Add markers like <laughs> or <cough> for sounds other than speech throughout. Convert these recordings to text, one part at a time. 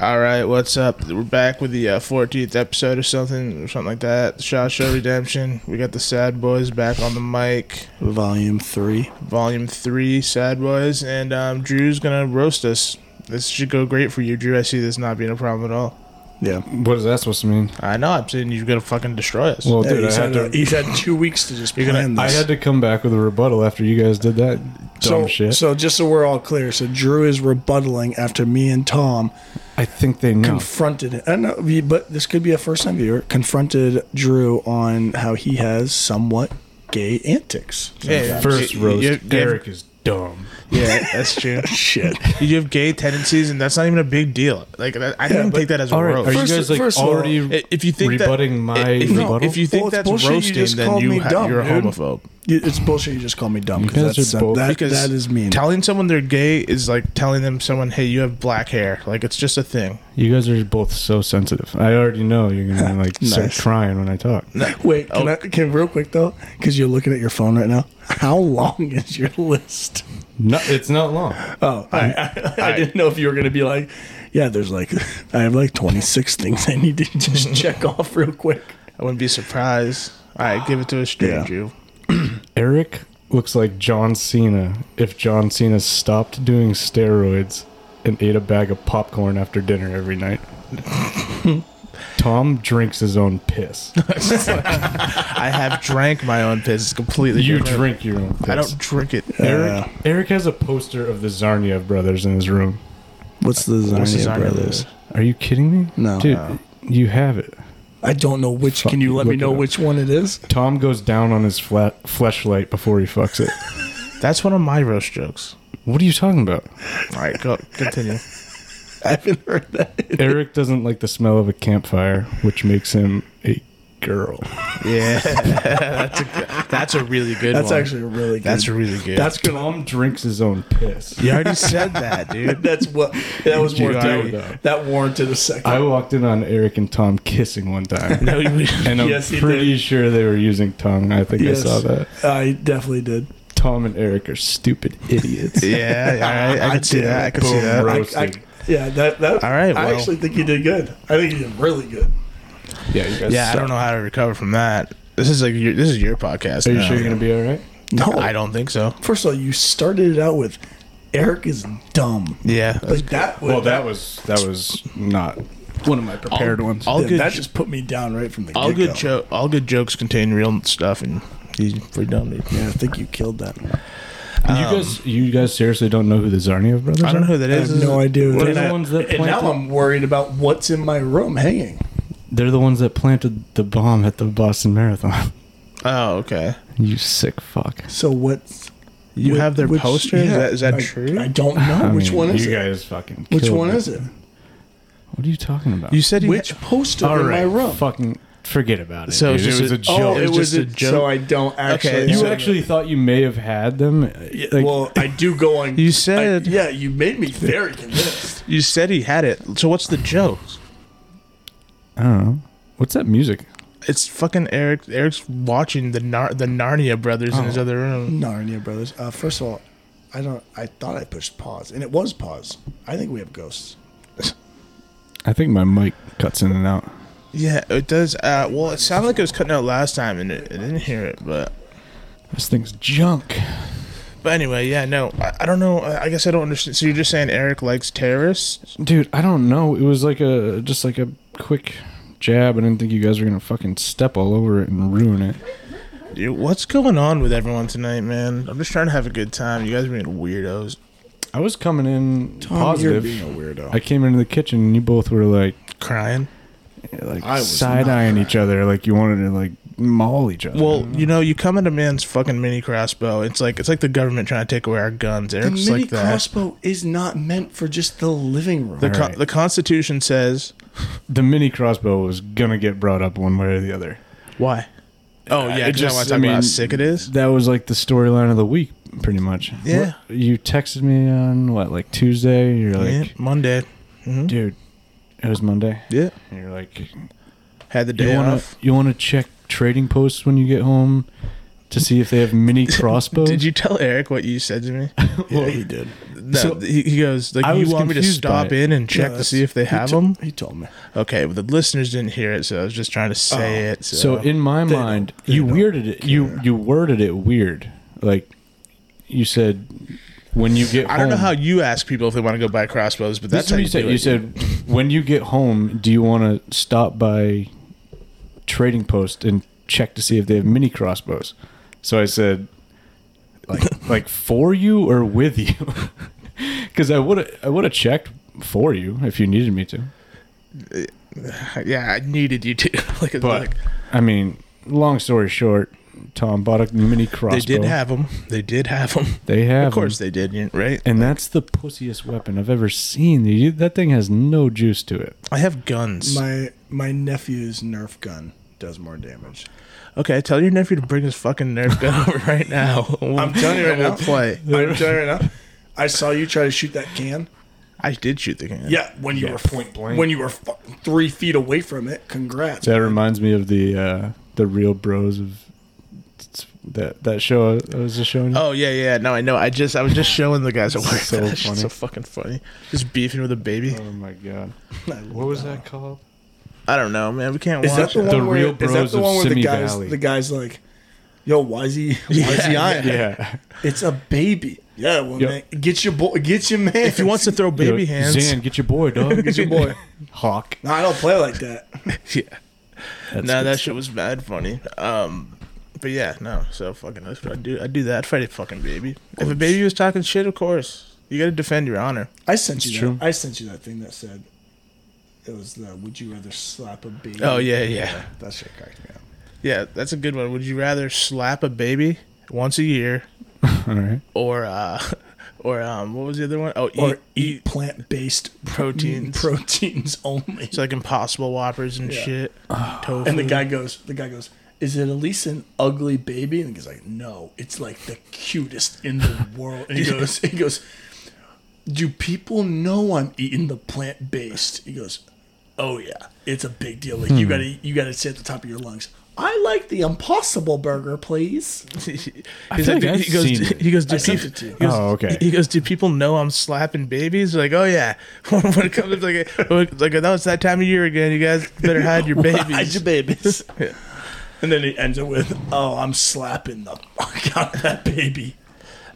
All right, what's up? We're back with the uh, 14th episode or something, or something like that. Shot Show Redemption. We got the Sad Boys back on the mic. Volume three. Volume 3, Sad Boys. And um, Drew's going to roast us. This should go great for you, Drew. I see this not being a problem at all. Yeah. What is that supposed to mean? I know. I'm saying you're going to fucking destroy us. Well, Yeah, dude, I he's, had, had to. a- he's had two weeks to just You're gonna- plan I this. had to come back with a rebuttal after you guys did that dumb so, shit. so just so we're all clear, so Drew is rebuttaling after me and Tom I think they know. confronted. I don't know, we- but this could be a first-time viewer confronted Drew on how he has somewhat gay antics. yeah, yeah. First You- you- roast, you have- Derek is dumb. Yeah, that's true. <laughs> Shit. you have gay tendencies, and that's not even a big deal. Like, that, I didn't take that as a All right, are roast. you First- guys like first of all, already? I- if you think rebutting that, my if, you- rebuttal? if you think Well, it's that's bullshit, you roasting, just then called me you ha- dumb, you're a dude. homophobe. You- It's bullshit. You just call me dumb guys because that's are both- that, because that is mean. Telling someone they're gay is like telling them someone, "Hey, you have black hair." Like it's just a thing. you guys are both so sensitive. I already know you're gonna <laughs> like start Nice. crying when I talk. <laughs> Wait, can I can real quick though? Because you're looking at your phone right now. How long is your list? No, it's not long. Oh, I, I, <laughs> I didn't know if you were going to be like, yeah, there's like, <laughs> I have like 26 <laughs> things I need to <laughs> just check off real quick. I wouldn't be surprised. All right, give it to a straight Yeah. Jew. Eric looks like John Cena if John Cena stopped doing steroids and ate a bag of popcorn after dinner <laughs> every night. Tom drinks his own piss. I have drank my own piss. It's completely You different. drink your own piss. I don't drink it. Eric, Eric has a poster of the Zarniev brothers in his room. What's the What's the Zarnia Zarnia Brothers? Brothers? Are you kidding me? No. Dude, you have it. I don't know which. Can you let me look it know up. which one it is? <laughs> Tom goes down on his flat fleshlight before he fucks it. That's one of my roast jokes. <laughs> what are you talking about? All right, go continue. I haven't heard that. Eric doesn't like the smell of a campfire, which makes him a girl. <laughs> Yeah, that's a good- that's a really good. That's one. actually really good. that's really good. That's good. <laughs> Tom drinks his own piss. you already said that, dude. <laughs> That's what. That was <laughs> You warranted. already- That warranted a second. <laughs> I walked in on Eric and Tom kissing one <laughs> time. No, you, And I'm Yes, he pretty sure they were using tongue. I think I saw that. I definitely did. Tom and Eric are stupid <laughs> idiots. yeah, all <laughs> right, I can see did. that. I can see Boom, that. I, right. I, Roasted. yeah, that, that. All right, I well. actually think you did good. I think you did really good. <laughs> yeah, you guys Yeah, I suck. don't know how to recover from that. This is like your, this is your podcast. Are you now. sure you're gonna be all right? No, I don't think so. First of all, you started it out with Eric is dumb. Yeah, Like that. Well, that was that was not one of my prepared ones. all yeah, good. that just put me down right from the all get-go. good jo- all good jokes contain real stuff, and he's pretty dumb. Dude. Yeah, I think you killed that. you guys, you guys seriously don't um, know who the Zarniev brothers I don't know who that I is. have no idea. What are And the I- ones that and now planted- I'm worried about what's in my room hanging. They're the ones that planted the bomb at the Boston Marathon. <laughs> Oh, okay. you sick fuck. So what's You wh- have their which- poster. is yeah, that, is that I, true? I don't know I which mean, one is you it. guys fucking. Which killed one me. is it? What are you talking about? you said you Which poster in my room? Fucking forget about it. So So it's it just was a- a, Oh, joke. it It's was just a a joke. So I don't actually. Okay, you have it. actually thought you may have had them. uh, Like, well, I do <laughs> go on. You said- I, yeah. You made me very convinced. you said he had it. So what's the joke? I don't know. What's that music? It's fucking Eric. Eric's watching the Nar- the Narnia brothers in his Oh. other room. Narnia Brothers. Uh, first of all, I don't. I thought I pushed pause, and it was pause. I think we have ghosts. I think my mic cuts in and out. Yeah, it does. Uh, well, it sounded like it was cutting out last time, and it, I didn't hear it, but. This thing's junk. But anyway, yeah, no, I, I don't know. I I guess I don't understand. So you're just saying Eric likes terrorists? Dude, I don't know. It was like a just like a quick jab. I didn't think you guys were gonna fucking step all over it and ruin it. Dude, what's going on with everyone tonight, man? I'm just trying to have a good time. You guys are being weirdos. I was coming in You're positive. being a weirdo. I came into the kitchen and you both were like Crying. like I was not side eyeing each other, like you wanted to like maul each other. Well, you know, you come at a man's fucking mini crossbow. It's like it's like the government trying to take away our guns. the Eric's mini like that. crossbow is not meant for just the living room. the, con- Alright. the Constitution says the mini crossbow was gonna get brought up one way or the other. why? Oh yeah, It because I just- want to I talk about how mean, sick it is. That was like the storyline of the week, pretty much. Yeah. What- you texted me on what, like Tuesday? You're Yeah, like, Monday. Mhm. dude, it was Monday. Yeah, And you're like, you had the day want to off. <laughs> you want to check trading posts when you get home <laughs> to see if they have mini crossbows. <laughs> Did you tell Eric what you said to me? yeah, he did. No, So- he, he goes like, I "You was want me to confused by stop it. in and check to that's- see if they he have to- them?" He told me. Okay, but the listeners didn't hear it, so I was just trying to say it. So, Oh, So in my They don't- mind, they you don't weirded it. You you worded it weird. Like you said, when you get. I don't know home- how you ask people if they want to go buy crossbows, but This that's is how what you, you said. do You it. said when you get home, do you want to stop by trading post and check to see if they have mini crossbows? So I said, <laughs> like, like for you or with you? <laughs> Because I would I would have checked for you if you needed me to. <laughs> "Yeah, I needed you to." <laughs> like, it's But like I mean, long story short, Tom bought a mini crossbow. they did have them. They did have them. They have. Of course them. they did, you- right? And that's the pussiest weapon I've ever seen. You- That thing has no juice to it. I have guns. My my nephew's Nerf gun does more damage. okay, tell your nephew to bring his fucking Nerf gun <laughs> over right now. I'm telling you right We'll now. Play. <laughs> I'm telling you right now. I saw you try to shoot that can. I did shoot the gun. Yeah, when you were point blank. When you were fucking three feet away from it. Congrats. That reminds me of the uh, the real bros of that that show I was just showing you. Oh yeah, yeah. No, I know. I just I was just showing the guys at work. <laughs> So That's funny. so fucking funny. Just beefing with a baby. Oh my god! I love one. called? I don't know, man. We can't Is watch that the it. one The where, Real is that Bros the of one where the Simi guys Valley. the guys like, yo, why is he why is he Yeah. on it? Yeah. It's a baby. Yeah, well Yep. man, get your boy get your man. If he wants to <laughs> throw <laughs> baby Yo, hands, Zan, get your boy, dog. get your boy. Hawk. No, I don't play like that. <laughs> yeah. That's no, good that stuff. shit was mad funny. Um, but yeah, no. So fucking, I would do I would do that. I'd fight a fucking baby. If a baby was talking shit, of course you got to defend your honor. I sent you It's that. true. I sent you that thing that said it was the would you rather slap a baby? Oh, yeah, yeah. That shit cracked me up. Yeah, that's a good one. Would you rather slap a baby once a year All right. or uh <laughs> or um what was the other one? Oh, Or eat, eat, eat plant based proteins. <laughs> proteins only. it's like impossible whoppers and Yeah. shit. Tofu. And the guy goes, the guy goes, is it at least an ugly baby? And he's like, no, it's like the cutest in the world. And he goes, he goes, do people know I'm eating the plant based? He goes, oh yeah, it's a big deal. Like you gotta, you gotta say at the top of your lungs, I like the Impossible Burger, please. He's feel like, like I've he goes, seen it. he goes, do I sent peop- it to you. he goes- Oh, okay. He goes, do people know I'm slapping babies? Like, oh yeah. <laughs> when it comes to like, like that was that time of year again. You guys better hide <laughs> your babies. Hide your babies. <laughs> And then he ends it with, oh, I'm slapping the fuck out of that baby.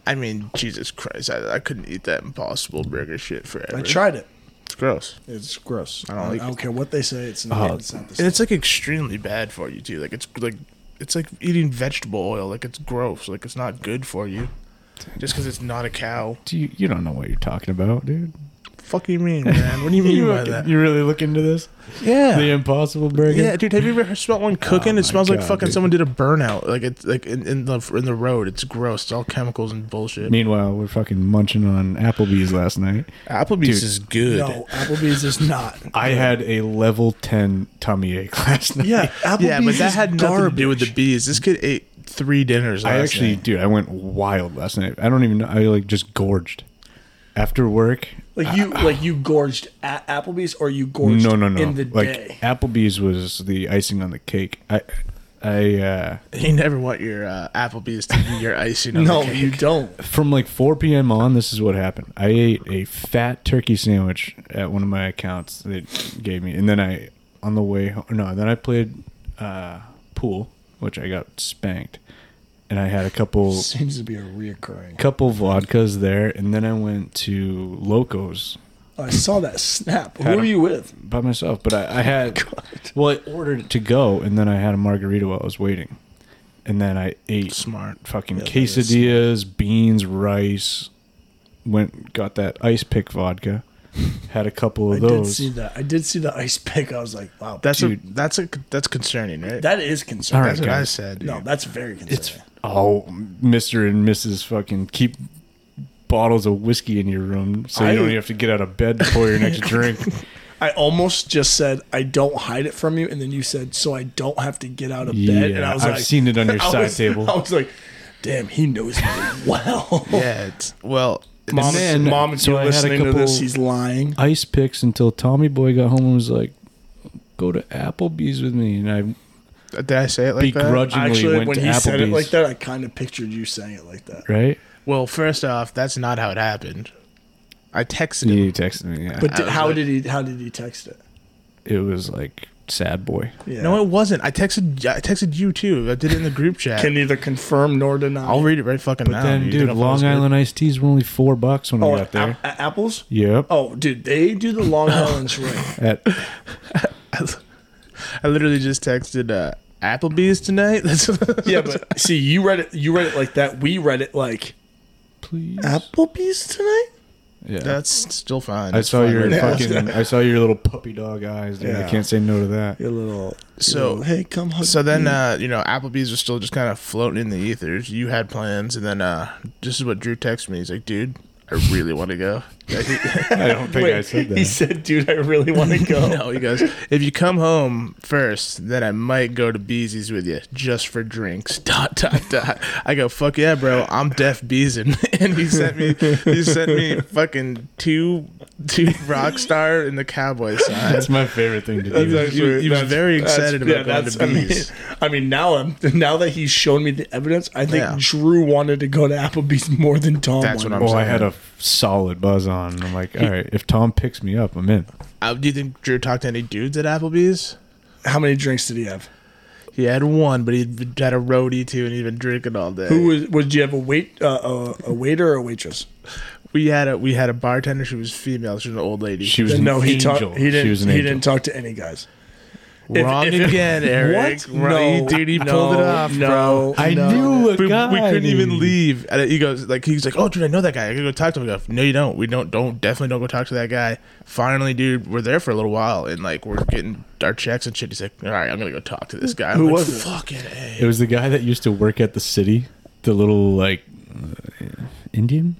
I mean, Jesus Christ, I, I couldn't eat that impossible burger shit forever. I tried it. It's gross. It's gross. I don't like I it. don't care what they say. It's not. Oh. it's not the And same. it's like extremely bad for you too. Like it's like it's like eating vegetable oil. Like it's gross. Like it's not good for you. Just because it's not a cow. Do you you don't know what you're talking about, dude? Fuck you mean, man? What <laughs> do you mean by that? You really look into this? Yeah. The Impossible Burger. Yeah, dude. Have you ever smelled one cooking? Oh my it smells like God, fucking dude. someone did a burnout. Like it's like in, in the in the road. It's gross. It's all chemicals and bullshit. Meanwhile, we're fucking munching on Applebee's last night. Applebee's Dude. is good. No, Applebee's is not. I had a level ten tummy ache <laughs> last night. Yeah, Applebee's yeah, but that is had nothing garbage. to do with the bees. This kid ate three dinners. Last I actually, night. <laughs> dude, I went wild last night. I don't even know. I like just gorged after work. like you like you gorged at Applebee's or you gorged No, no, no. in the like day. Applebee's was the icing on the cake. I, I uh, you never want your uh, Applebee's to be your icing. <laughs> On No, the cake. you don't. from like 4 p.m. on, this is what happened. I ate a fat turkey sandwich at one of my accounts they gave me, and then I on the way home, no, then I played uh, pool, which I got spanked, and I had a couple. Seems to be a reoccurring. Couple vodkas there, and then I went to Locos I saw that snap. Who Had are him. you with? by myself, but I, <laughs> I had well, I ordered it to go, and then I had a margarita while I was waiting, and then I ate Smart. fucking that is quesadillas, beans, rice. Went got that ice pick vodka, had a couple I of did those. see that. I did see the ice pick. I was like, wow, That's Dude. a that's a that's concerning, right? that is concerning. All right, that's what I guys. said. Dude. no, that's very It's concerning. oh, Mister and Mrs. Fucking keep bottles of whiskey in your room so I- you don't have to get out of bed before <laughs> your next drink. I almost just said I don't hide it from you, and then you said so I don't have to get out of bed. Yeah, and I was I've like, seen it on your <laughs> I side was- table. I was like, damn, he knows me well. yeah, it's well, it's- Mom, then- mom, if so you're I had a listening to couple- this, he's lying. ice picks until Tommy Boy got home and was like, "Go to Applebee's with me," and I Did I say it like that? begrudgingly Actually, went when to he Applebee's. said it like that, I kind of pictured you saying it like that. right? Well, first off, that's not how it happened. I texted him. You texted me. Yeah. But I did, was how like- did he? How did he text it? it was like sad boy. Yeah. No, it wasn't. I texted. I texted you too. I did it in the <laughs> group chat. can neither confirm nor deny. I'll read it right fucking But now. then, You think dude, I'm Long fucking stupid? Island iced teas were only four bucks when oh, we got a- there. a- apples. yep. Oh, dude, they do the <laughs> Long Island's right. At, I literally just texted uh, Applebee's tonight. <laughs> That's <laughs> Yeah, but see, you read it. You read it like that. We read it like please. Applebee's tonight. yeah. that's still fine. I It's saw fine <laughs> your right now. fucking. I saw your little puppy dog eyes. Dude. Yeah. I can't say no to <laughs> that. Your little. So- your little, hey, come <laughs> hug. So then, me." Mm. uh, you know, Applebee's was still just kind of floating in the ethers. You had plans, and then uh, this is what Drew texted me. He's like, "Dude, I really want to go." I don't think Wait, I said that. He said, "Dude, I really want to <laughs> Oh. go." <laughs> no, he goes, "If you come home first, then I might go to Beezy's with you just for drinks." <laughs> Dot dot dot. I go, "Fuck yeah, bro! I'm deaf Beezin." <laughs> and he sent me, he sent me fucking two, two rock star and the cowboy sign. <laughs> that's my favorite thing to He was, do. he was- he was That's- very excited that's- about going to that's- I mean- Bee's. I mean, now I'm now that he's shown me the evidence, I think Yeah. Drew wanted to go to Applebee's more than Tom. That's what wanted. I'm Oh, I saying. had a f- solid buzz on. I'm like, all right, if Tom picks me up, I'm in. Uh, do you think Drew talked to any dudes at Applebee's? How many drinks did he have? He had one, but he had a roadie too, and he'd been drinking all day. Who was? Was did you have a wait uh, a, a waiter or a waitress? we had a we had a bartender. She was female. She was an old lady. She was an no, he angel. talked. He didn't. She was an he angel. didn't talk to any guys. if- wrong if- again, Eric. <laughs> What? Wrong- No, dude, he no, pulled it off, no, bro. I No. knew a We, we guy. couldn't even dude. leave. And he goes like he's like, oh, dude, I know that guy. I gotta go talk to him. I go, no, you don't. We don't. Don't definitely don't go talk to that guy. Finally, dude, we're there for a little while, and like we're getting our checks and shit. He's like, all right, I'm gonna go talk to this guy. I'm Who like, was it? fucking a. It was the guy that used to work at the city, the little like uh, Indian.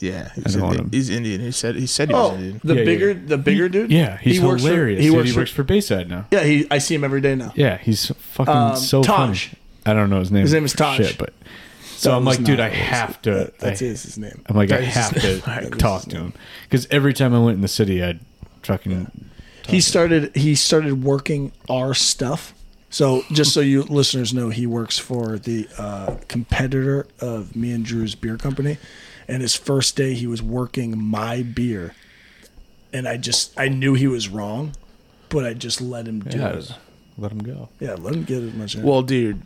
Yeah, he don't said want that- him. he's Indian. He said he said he Oh, was Indian. the Yeah, bigger, yeah. the bigger dude. Yeah, he's He works for- hilarious. he dude. works he for- works for Bayside now. Yeah, he. I see him every day now. Yeah, he's fucking Um, so Taj. funny. I don't know his name. His name is for Taj. Shit, but so That I'm was like, dude, not I what it was. have to. That- That's I, his, his name. I'm like, I That is have his to <laughs> name. That is talk his to him because every time I went in the city, I'd fucking He started. He started working our stuff. So just so you listeners know, he works for the uh, competitor of me and Drew's beer company. And his first day, he was working my beer, and I just I knew he was wrong, but I just let him do yeah, it. let him go. Yeah, let him get as much. in. Well, dude,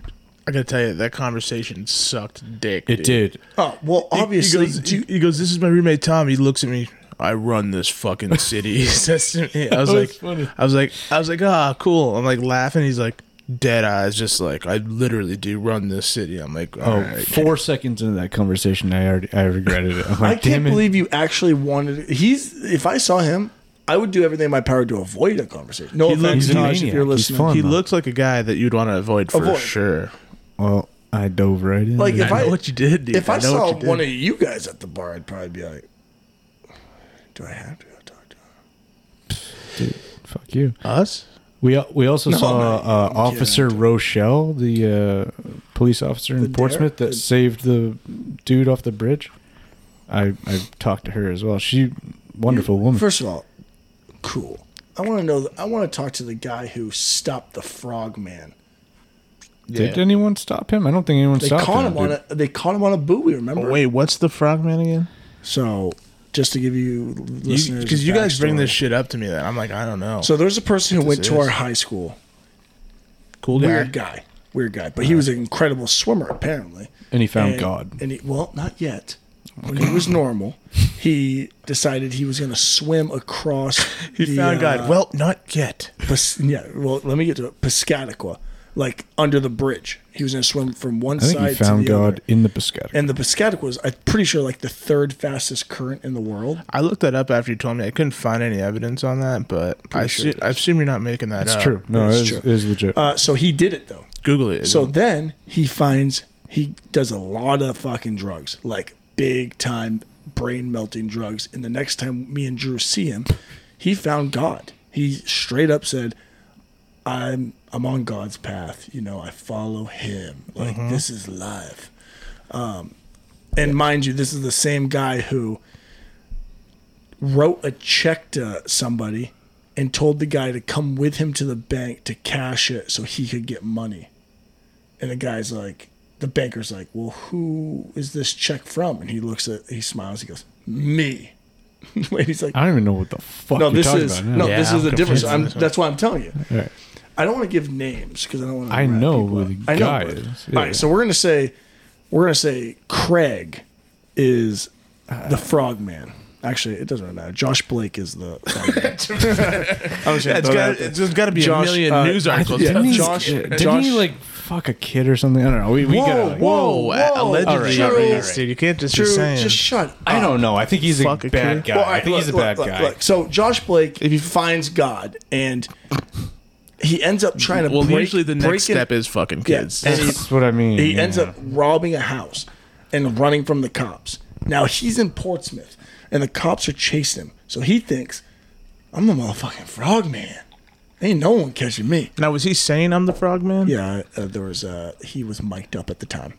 I gotta tell you, that conversation sucked dick. It dude. did. oh well, obviously, he goes, do you- he goes, "This is my roommate Tom." He looks at me. I run this <laughs> fucking city. <laughs> He says to me, I was Oh, like, that's funny. I was like, I was like, ah, cool. I'm like laughing. He's like, dead eyes, just like I literally do run this city. I'm like, Oh, all right. four seconds into that conversation, I already I regretted it. I'm I can't like, damn it. believe you actually wanted. He's if I saw him, I would do everything in my power to avoid a conversation. No He offense, looks- he's a Taj, if maniac. you're He's listening. fun. he though. looks like a guy that you'd want to avoid for Avoid. sure. well, I dove right in. Like, if I I- know what you did, dude. if I, know saw what you did. one of you guys at the bar, I'd probably be like, "Do I have to go talk to him?" fuck you. us, We al- we also No, saw I'm uh, kidding. Officer Rochelle, the uh, police officer in The dare- Portsmouth that the- saved the dude off the bridge. I I talked to her as well. She wonderful woman. First of all, cool. I want to know. I want to talk to the guy who stopped the frog man. Did anyone stop him? I don't think anyone They stopped caught him. him on dude. a. They caught him on a buoy. Remember? Oh, wait, what's the frogman again? So just to give you listeners, Because you, a guys bring backstory. this shit up to me, that I'm like, I don't know. So there's a person who What went this to our is. high school. cool guy. Weird guy. Weird guy. But he was an incredible swimmer, apparently. And he found And- God. And he, well, not yet. When he was normal, he decided he was going to swim <laughs> across. He the, found uh, God. Well, not yet. Pas- yeah. Well, let me get to it. Piscataqua, like under the bridge. He was going to swim from one I think side he found to the God other. in the Piscataqua. And the Piscataqua was, I'm pretty sure, like the third fastest current in the world. I looked that up after you told me. I couldn't find any evidence on that, but I, sure assu- I assume you're not making that It's up. true. No, That's it is, uh, true. it is legit. Uh, so he did it though. Google it. So then he finds he does a lot of fucking drugs, like big time brain melting drugs. And the next time me and Drew see him, he found God. He straight up said, "I'm I'm on God's path. You know, I follow Him. Like this is life." Um, and mind you, this is the same guy who wrote a check to somebody and told the guy to come with him to the bank to cash it so he could get money. And the guy's like, the banker's like, well, who is this check from? And he looks at, he smiles, he goes, me. <laughs> Lady's like, I don't even know what the fuck. no, you're this talking is about now. no, Yeah, this is I'm the difference. confused on I'm, this one. that's why I'm telling you. All right. I don't want to give names because I don't want to. I know who the guy is. Yeah. All right, so we're gonna say, we're gonna say Craig is Uh. the Frogman. Actually, it doesn't really matter. Josh Blake is <laughs> the. Frogman. I'm just gonna It's throw got, that out there. there's got to be Josh, a million uh, news I- articles. yeah, about Didn't, this. Josh- uh, he, didn't he Josh- like fuck a kid or something? I don't know. We, we gotta. like- Whoa, Whoa, uh, whoa. allegedly, All right, all outrageous, right, all right. dude. You can't just Drew, be saying. just shut. I up. don't know. I think he's a Fuck a bad kid. guy. Well, all I right, think he's a look, bad look, guy. look, look. So Josh Blake, if he finds God and he ends up trying to well, break, usually the break next in- step is fucking Yeah, kids. and he- That's what I mean. He ends yeah. up robbing a house and running from the cops. Now he's in Portsmouth and the cops are chasing him. So he thinks, I'm the motherfucking frog man. Ain't no one catching me. Now, was he saying I'm the frogman? Yeah, uh, there was uh, he was mic'd up at the time.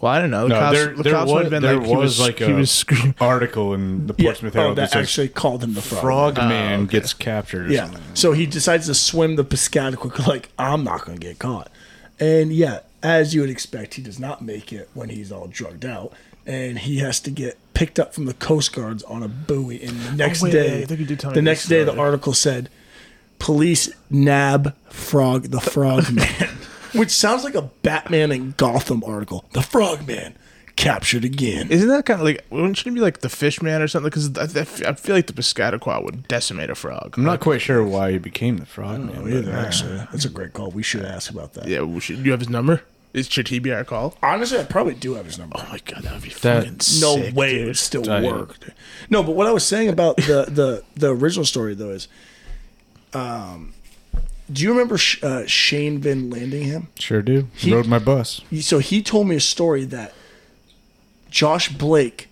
Well, I don't know. The No, cops, there, the there cops was, would have been there like, was, he was like he a was screaming. article in the Portsmouth yeah. Oh, Herald that that says actually called him the frog. Frogman gets captured. Or Yeah. something. So he decides to swim the Piscataquiddick <laughs> like I'm not going to get caught. And yeah, as you would expect, he does not make it when he's all drugged out, and he has to get picked up from the Coast Guards on a buoy. And the next wait, day, I think you did tell me the this next day, the story. article said, "Police nab Frog the Frog Man," which sounds like a Batman and Gotham article. The Frog Man captured again. Isn't that kind of like? Wouldn't you be like the fish man or something? Because I, I f- I feel like the Piscataqua would decimate a frog. I'm not quite sure why he became the Oh, Frogman. but- Either, actually, that's a great call. We should ask about that. Yeah, we should, you have his number. Is should he be our call? Honestly, I probably do have his number. Oh my god, that would be That- fucking no sick, way dude. it would still Damn. work. No, but what I was saying about the <laughs> the the original story though is, um, do you remember Sh- uh, Shane Van Landingham? Sure do. Rode my bus. So he told me a story that Josh Blake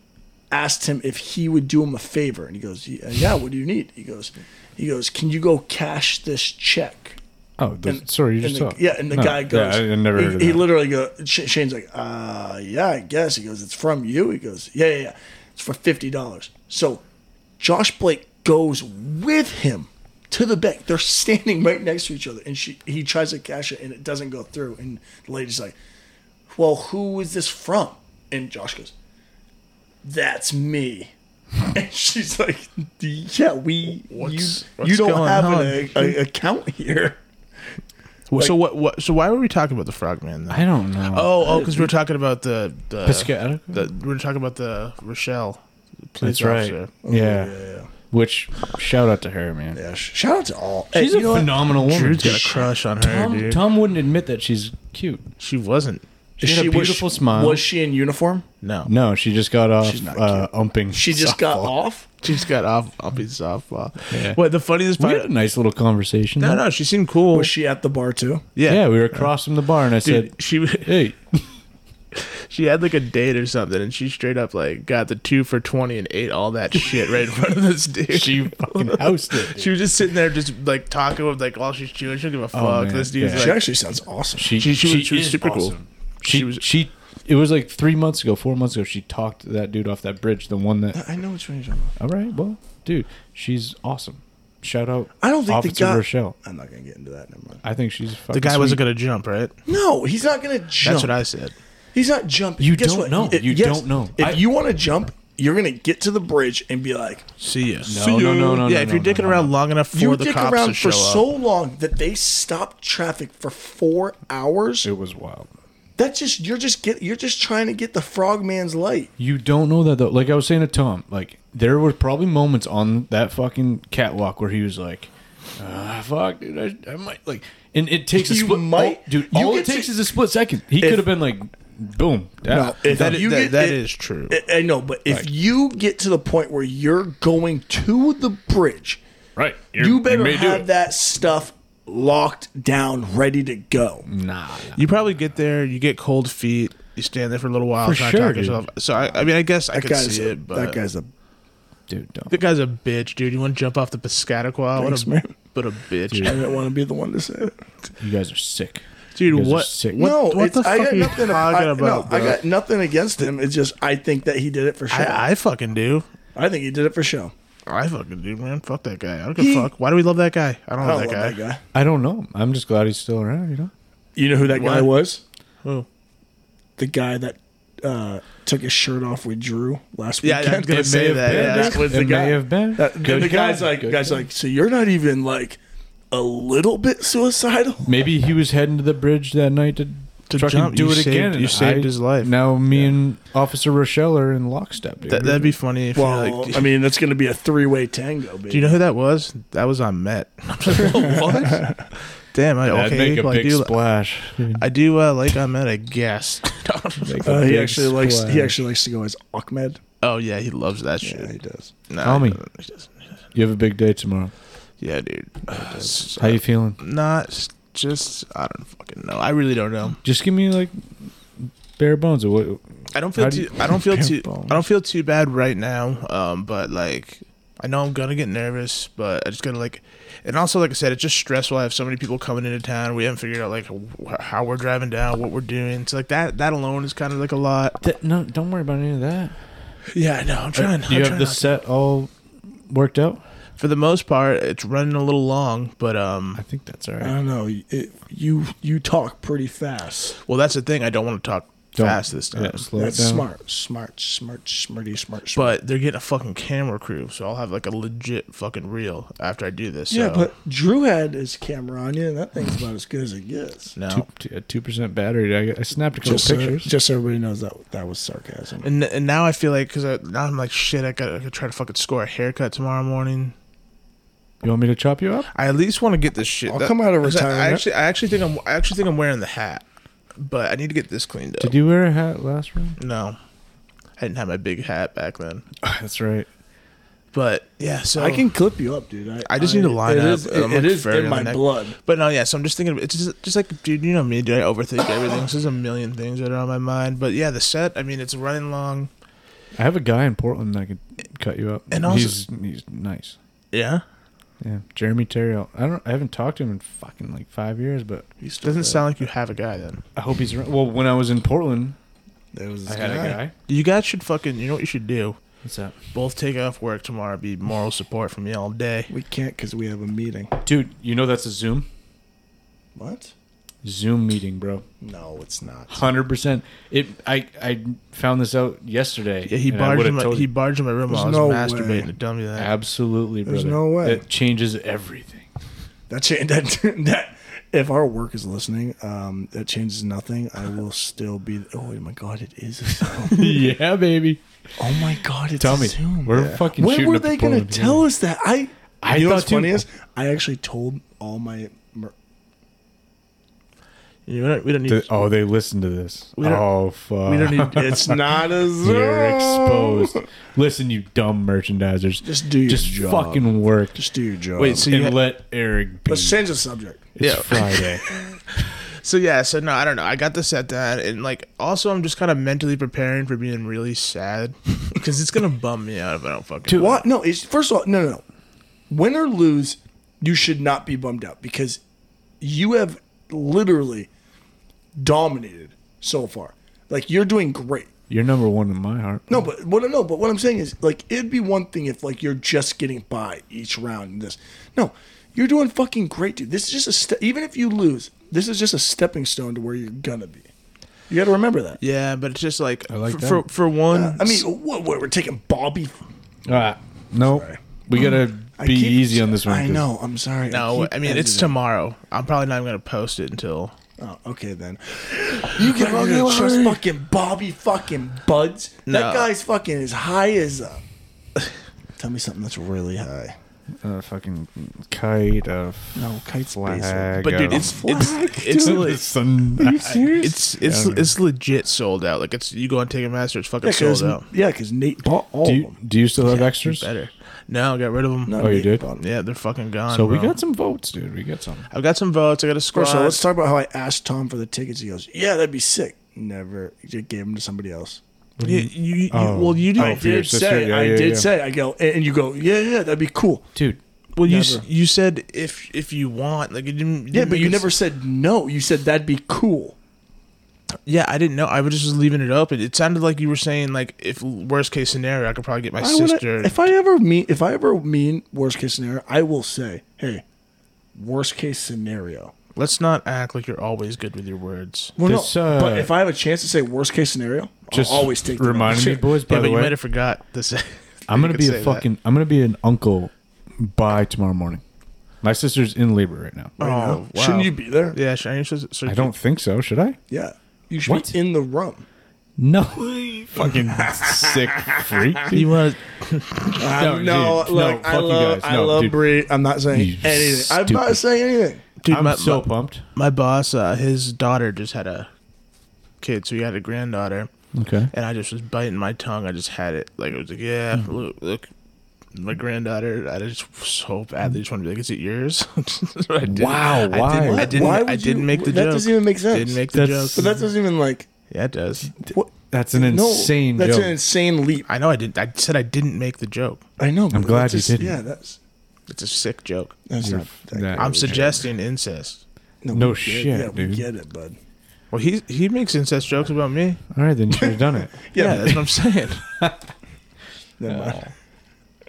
asked him if he would do him a favor, and he goes, "Yeah, what do you need?" He goes, "He goes, can you go cash this check?" Oh, the, sorry, you And just the- talked. Yeah, and the No, guy goes. Yeah, I, I never he, heard of he that. literally goes. Sh- Shane's like, uh, yeah, I guess. He goes, it's from you. He goes, yeah, yeah, yeah. It's for fifty dollars. So, Josh Blake goes with him to the bank. They're standing right next to each other, and she he tries to cash it, and it doesn't go through. And the lady's like, well, who is this from? And Josh goes, that's me. <laughs> And she's like, yeah, we What's- you, what's you don't going have on? an a, a account here. Well, so what? What? So why were we talking about the frogman? Then? I don't know. Oh, Uh, oh, because we're talking about the the, Piscataqua? the we're talking about the Rochelle police That's right. officer. yeah. Oh, yeah. Which shout out to her, man. Yeah, sh- shout out to all. She's Hey, a phenomenal woman. Drew's got a crush on her, Tom, dude. Tom wouldn't adit that she's cute. She wasn't. She had a beautiful was, smile. Was she in uniform? No, No, she just got off She's not uh, umping. She just got softball. off. she just got off off his softball. Yeah. What the funniest We had part? a nice little conversation. No, no, she seemed cool. Was she at the bar too? yeah, Yeah, we were across from the bar, and I dude, said, she <laughs> "Hey, she had like a date or something, and she straight up like got the two for twenty and ate all that shit right in front of this dude. <laughs> she fucking housed it." <laughs> dude. She was just sitting there, just like talking with like all she's chewing. She don't give a fuck. Oh, man. this dude's Yeah. like, She actually sounds awesome. She She- she was- she was is super cool. She, She she was- It was like three months ago, four months ago. She talked that dude off that bridge. The one that. I know which one you're talking about. All right, well, dude, she's awesome. Shout out. I don't think the Officer guy- Rochelle. I'm not gonna get into that. Never mind. I think she's fucking the guy sweet. wasn't gonna jump, right? No, he's not gonna jump. That's what I said. He's not jumping. You Guess don't what? know. It- You don't know. If I- you want to jump, you're gonna get to the bridge and be like, See ya. No, no, no, no. yeah, no, if you're no, dicking no, around no. long enough for you the dick cops to around show for so up. long that they stopped traffic for four hours. it was wild. That's just you're just get you're just trying to get the frogman's light. You don't know that though. Like I was saying to Tom, like there were probably moments on that fucking catwalk where he was like, ah, "Fuck, dude, I, I might like." And it takes a You split, might- all- dude. you all it get to- takes is a split second. He could have been like, "Boom." No, if That, you that, get that it- is true. I I know, but if you get to the point where you're going to the bridge, right. you better have that stuff locked down, ready to go. Nah. you probably get there, you get cold feet, you stand there for a little while, For trying sure, to talk dude. yourself. So I, I mean, I guess I That could guy's see a, it, but that guy's a Dude, don't. the guy's a bitch, dude. You want to jump off the Piscataqua? What Thanks, a man. but a bitch, I dude. didn't want to be the one to say it. You guys are sick. You dude guys are what, sick. what? no, what it's, the fuck I got are you nothing talking I, about? no, I bro? got nothing against him. It's just I think that he did it for show. I, I, I fucking do. think he did it for show. I fucking do, man. Fuck that guy. I don't give He- a fuck. Why do we love that guy? I don't I love, don't love Oh, that, guy. that guy. I don't know. I'm just glad he's still around. You know. You know who that guy What? was? Who? The guy that uh, took his shirt off with Drew last Yeah, weekend. I was gonna It may say have that. been. Yeah, that was it the may guy. have been. That- and Good the guy's God. like, Good guys God. like, so you're not even like a little bit suicidal. <laughs> maybe he was heading to the bridge that night to, To fucking jump. do You it saved- again. you and saved I- his life. Now me and Officer Rochelle are in lockstep. Dude. That, that'd be funny if Well, you like. I mean, that's going to be a three way tango. <laughs> Baby. do you know who that was? That was on Met. <laughs> I'm like, what? Damn, I That'd okay. make a well, I big do, splash. I do uh, like on Met. I guess. <laughs> Make a Uh, he big actually likes. He splash. actually likes to go as Ahmed. oh yeah, he loves that shit. he does. Nah, Call me. he doesn't- he doesn't. You have a big day tomorrow. Yeah, dude. <sighs> S- How you feeling? Not s- just. I don't fucking know. I really don't know. Just give me like bare bones. Of what, I don't feel How do too. I don't <laughs> feel Bare too. bones. I don't feel too bad right now. Um, but like, I know I'm gonna get nervous, but I just gotta like, and also like I said, it's just stressful. I have so many people coming into town. We haven't figured out like wh- how we're driving down, what we're doing. So like that. That alone is kind of like a lot. That- no, don't worry about any of that. Yeah, I know. Uh, I'm trying. Do you have the set all worked out? For the most part, it's running a little long, but um. I think that's all I right. don't know. It, you you talk pretty fast. Well, that's the thing. I don't want to talk Don't- fast this time. yeah, slow it That's down. smart, smart, smart, smarty, smart. smart. But they're getting a fucking camera crew, so I'll have like a legit fucking reel after I do this. yeah, so. but Drew had his camera on you, and that thing's about as good as it gets. no. Two- two- a two percent battery. I, I snapped a couple Just so, pictures. just so everybody knows that that was sarcasm. And and now I feel like because now I'm like shit. I gotta, I gotta try to fucking score a haircut tomorrow morning. you want me to chop you up? I at least want to get this shit. I'll come out of 'cause I- I retirement. actually, I actually think I'm, I actually think I'm wearing the hat, but I need to get this cleaned up. Did you wear a hat last round? no, I didn't have my big hat back then. <sighs> That's right. But yeah, so I can clip you up, dude. I, I just need to line it up, is- uh, it- look it is further in in my the neck. blood. But no, yeah. So I'm just thinking, it's just, just like, dude, you know me, dude. I overthink everything. so there's a million things that are on my mind. But yeah, the set. I mean, it's running long. I have a guy in Portland that could cut you up. And also- he's he's nice. Yeah, Yeah, Jeremy Terrell. I don't. I haven't talked to him in fucking like five years, but doesn't sound like you have a guy then. I hope he's around. Well, when I was in Portland, There was I had a guy. You guys should fucking. You know what you should do. What's up, Both take off work tomorrow. Be moral support from me all day. We can't because we have a meeting. dude? You know that's a Zoom What? Zoom meeting, bro. No, it's not. Hundred percent. It. I. I found this out yesterday. Yeah, he and I barged would've in my, told he you. barged in my room while I was There's no way. masturbating to tell me that. Absolutely, bro. There's no way. It changes everything. <laughs> That change. <laughs> That, that if our work is listening, um, that changes nothing. I will still be. Oh my god, it is. A Oh Zoom. yeah, baby. oh my god, it's Tell a me, Zoom. we're fucking. When shooting were up they the going to Portland here. tell us that? I. I you know thought what's too- funny is I actually told all my. mer- You know, we don't, we don't need. Th- oh, they listen to this. We don't- oh fuck. we don't <laughs> need. It's not a Zoom. You're exposed. Listen, you dumb merchandisers. Just do your Just job. fucking work. Just do your job. Wait, so you and ha- let Eric be. let's change the subject. it's Yeah. <laughs> Friday. so yeah, so no, I don't know. I got the set down, and like also, I'm just kind of mentally preparing for being really sad <laughs> because it's gonna bum me out if I don't fucking. What? No. It's, first of all, no, no, no. Win or lose, you should not be bummed out because you have literally dominated so far. Like you're doing great. You're number one in my heart. No, but what no, but what I'm saying is like it'd be one thing if like you're just getting by each round in this. No, you're doing fucking great, dude. This is just a ste- even if you lose, this is just a stepping stone to where you're gonna be. You got to remember that. Yeah, but it's just like, I like for, for that. for one, I mean, what, what we're taking Bobby. Ah, no. Sorry. We gotta I be keep- easy on this one. I 'cause know. I'm sorry. no, keep I mean it's hesitating. tomorrow. I'm probably not even gonna post it until. Oh, okay then. You can fucking trust fucking Bobby fucking Buds. No. That guy's fucking as high as a. Tell me something that's really high. Uh, fucking kite. Uh, No, kite's flag. But dude, uh, it's <laughs> it's Fuck, it's dude, le- the sun- it's it's it's legit sold out. Like it's you go on Ticketmaster, it's fucking Yeah, sold because out. Nate bought all do of you them. do you still have extras? Better. No, I got rid of them. No, Oh, you Nate did? bought 'em. Yeah, they're fucking gone. So we bro. got some votes, dude. We got some. I've got some votes. I got a squad. First of all, let's talk about how I asked Tom for the tickets. He goes, "Yeah, that'd be sick." Never, he just gave them to somebody else. you, you, you- Oh. well, you Oh, didn't. I for your did sister? say- Yeah, I I yeah, did did yeah. say, I go, and you go, "Yeah, yeah, that'd be cool." Dude, well, you s- never. you said if if you want, like you didn't. Yeah, didn't but make you it never s- said no. You said that'd be cool. Yeah, I didn't know. I was just leaving it open. It sounded like you were saying like if worst case scenario, I could probably get my I would- sister. if I ever mean if I ever mean worst case scenario, I will say, hey, worst case scenario. Let's not act like you're always good with your words. Well, no, This, uh, but if I have a chance to say worst case scenario, Just I'll always take. the reminding me, option. boys. By yeah, but the you might way, have forgot to say. <laughs> I'm you gonna could be say a that. fucking. I'm gonna be an uncle by tomorrow morning. My sister's in labor right now. You know? Oh, wow. Shouldn't you be there? Yeah, should, are you supposed to- so I don't think so. Should I? Yeah, you should What? be in the room. No, You fucking sick freak. <laughs> You want No, no, dude, no, look, I fuck you love, guys. I No, love dude. Bree. I'm not saying You anything. I'm not stupid. saying anything. dude? I'm my, so my, pumped. my boss, uh, his daughter just had a kid, so he had a granddaughter, Okay. and I just was biting my tongue. I just had it like it was like, yeah, Hmm. look, look, my granddaughter. I just so badly just want to be like, is it yours? <laughs> So I didn't- Wow, I why? Didn't, I What? didn't, Why I would didn't you- make the that joke. doesn't even make sense. Didn't make the That's- joke. But that doesn't even like yeah, it does. what. That's an No, insane That's joke. an insane leap. I know. I didn't. I said I didn't make the joke. I know. but glad that's you just- didn't. Yeah, that's It's a sick joke. that's You're not. f- That, that- I'm was suggesting incest. No we get it. shit, yeah, dude. We get it, bud. Well, he he makes incest jokes about me. All right, then you should have done it. <laughs> Yeah, Yeah. that's what I'm <laughs> saying. Never mind.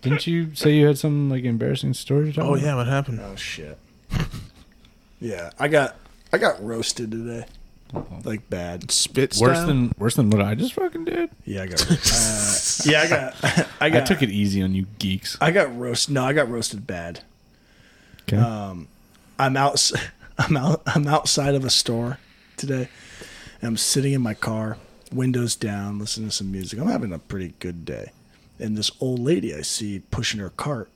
Didn't you say you had some like embarrassing story to tell? Oh yeah, what happened? Oh shit. <laughs> yeah, I got I got roasted today. Like bad. Spit style. Worse than worse than what I just fucking did. Yeah, I got. <laughs> uh, yeah, I got. I I got. took it easy on you geeks. I got roasted. No, I got roasted bad. Okay. I'm out. <laughs> I'm out. I'm outside of a store today. And I'm sitting in my car, windows down, listening to some music. I'm having a pretty good day. And this old lady I see pushing her cart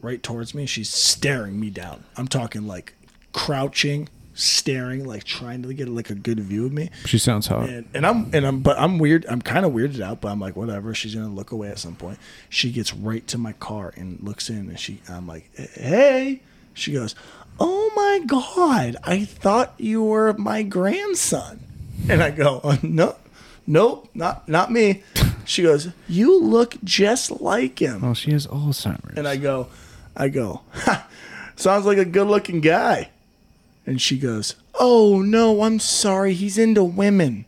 right towards me. She's staring me down. I'm talking like crouching, staring, like trying to get like a good view of me. she sounds hot. And, and I'm and I'm but I'm weird. I'm kind of weirded out, but I'm like whatever. She's gonna look away at some point. She gets right to my car and looks in, and she I'm like, hey. She goes, oh my god, I thought you were my grandson. And I go, "Uh, no, nope, not not me. She goes, you look just like him. Oh, she has Alzheimer's. And I go, I go, ha, sounds like a good looking guy. And she goes, Oh no, I'm sorry. He's into women.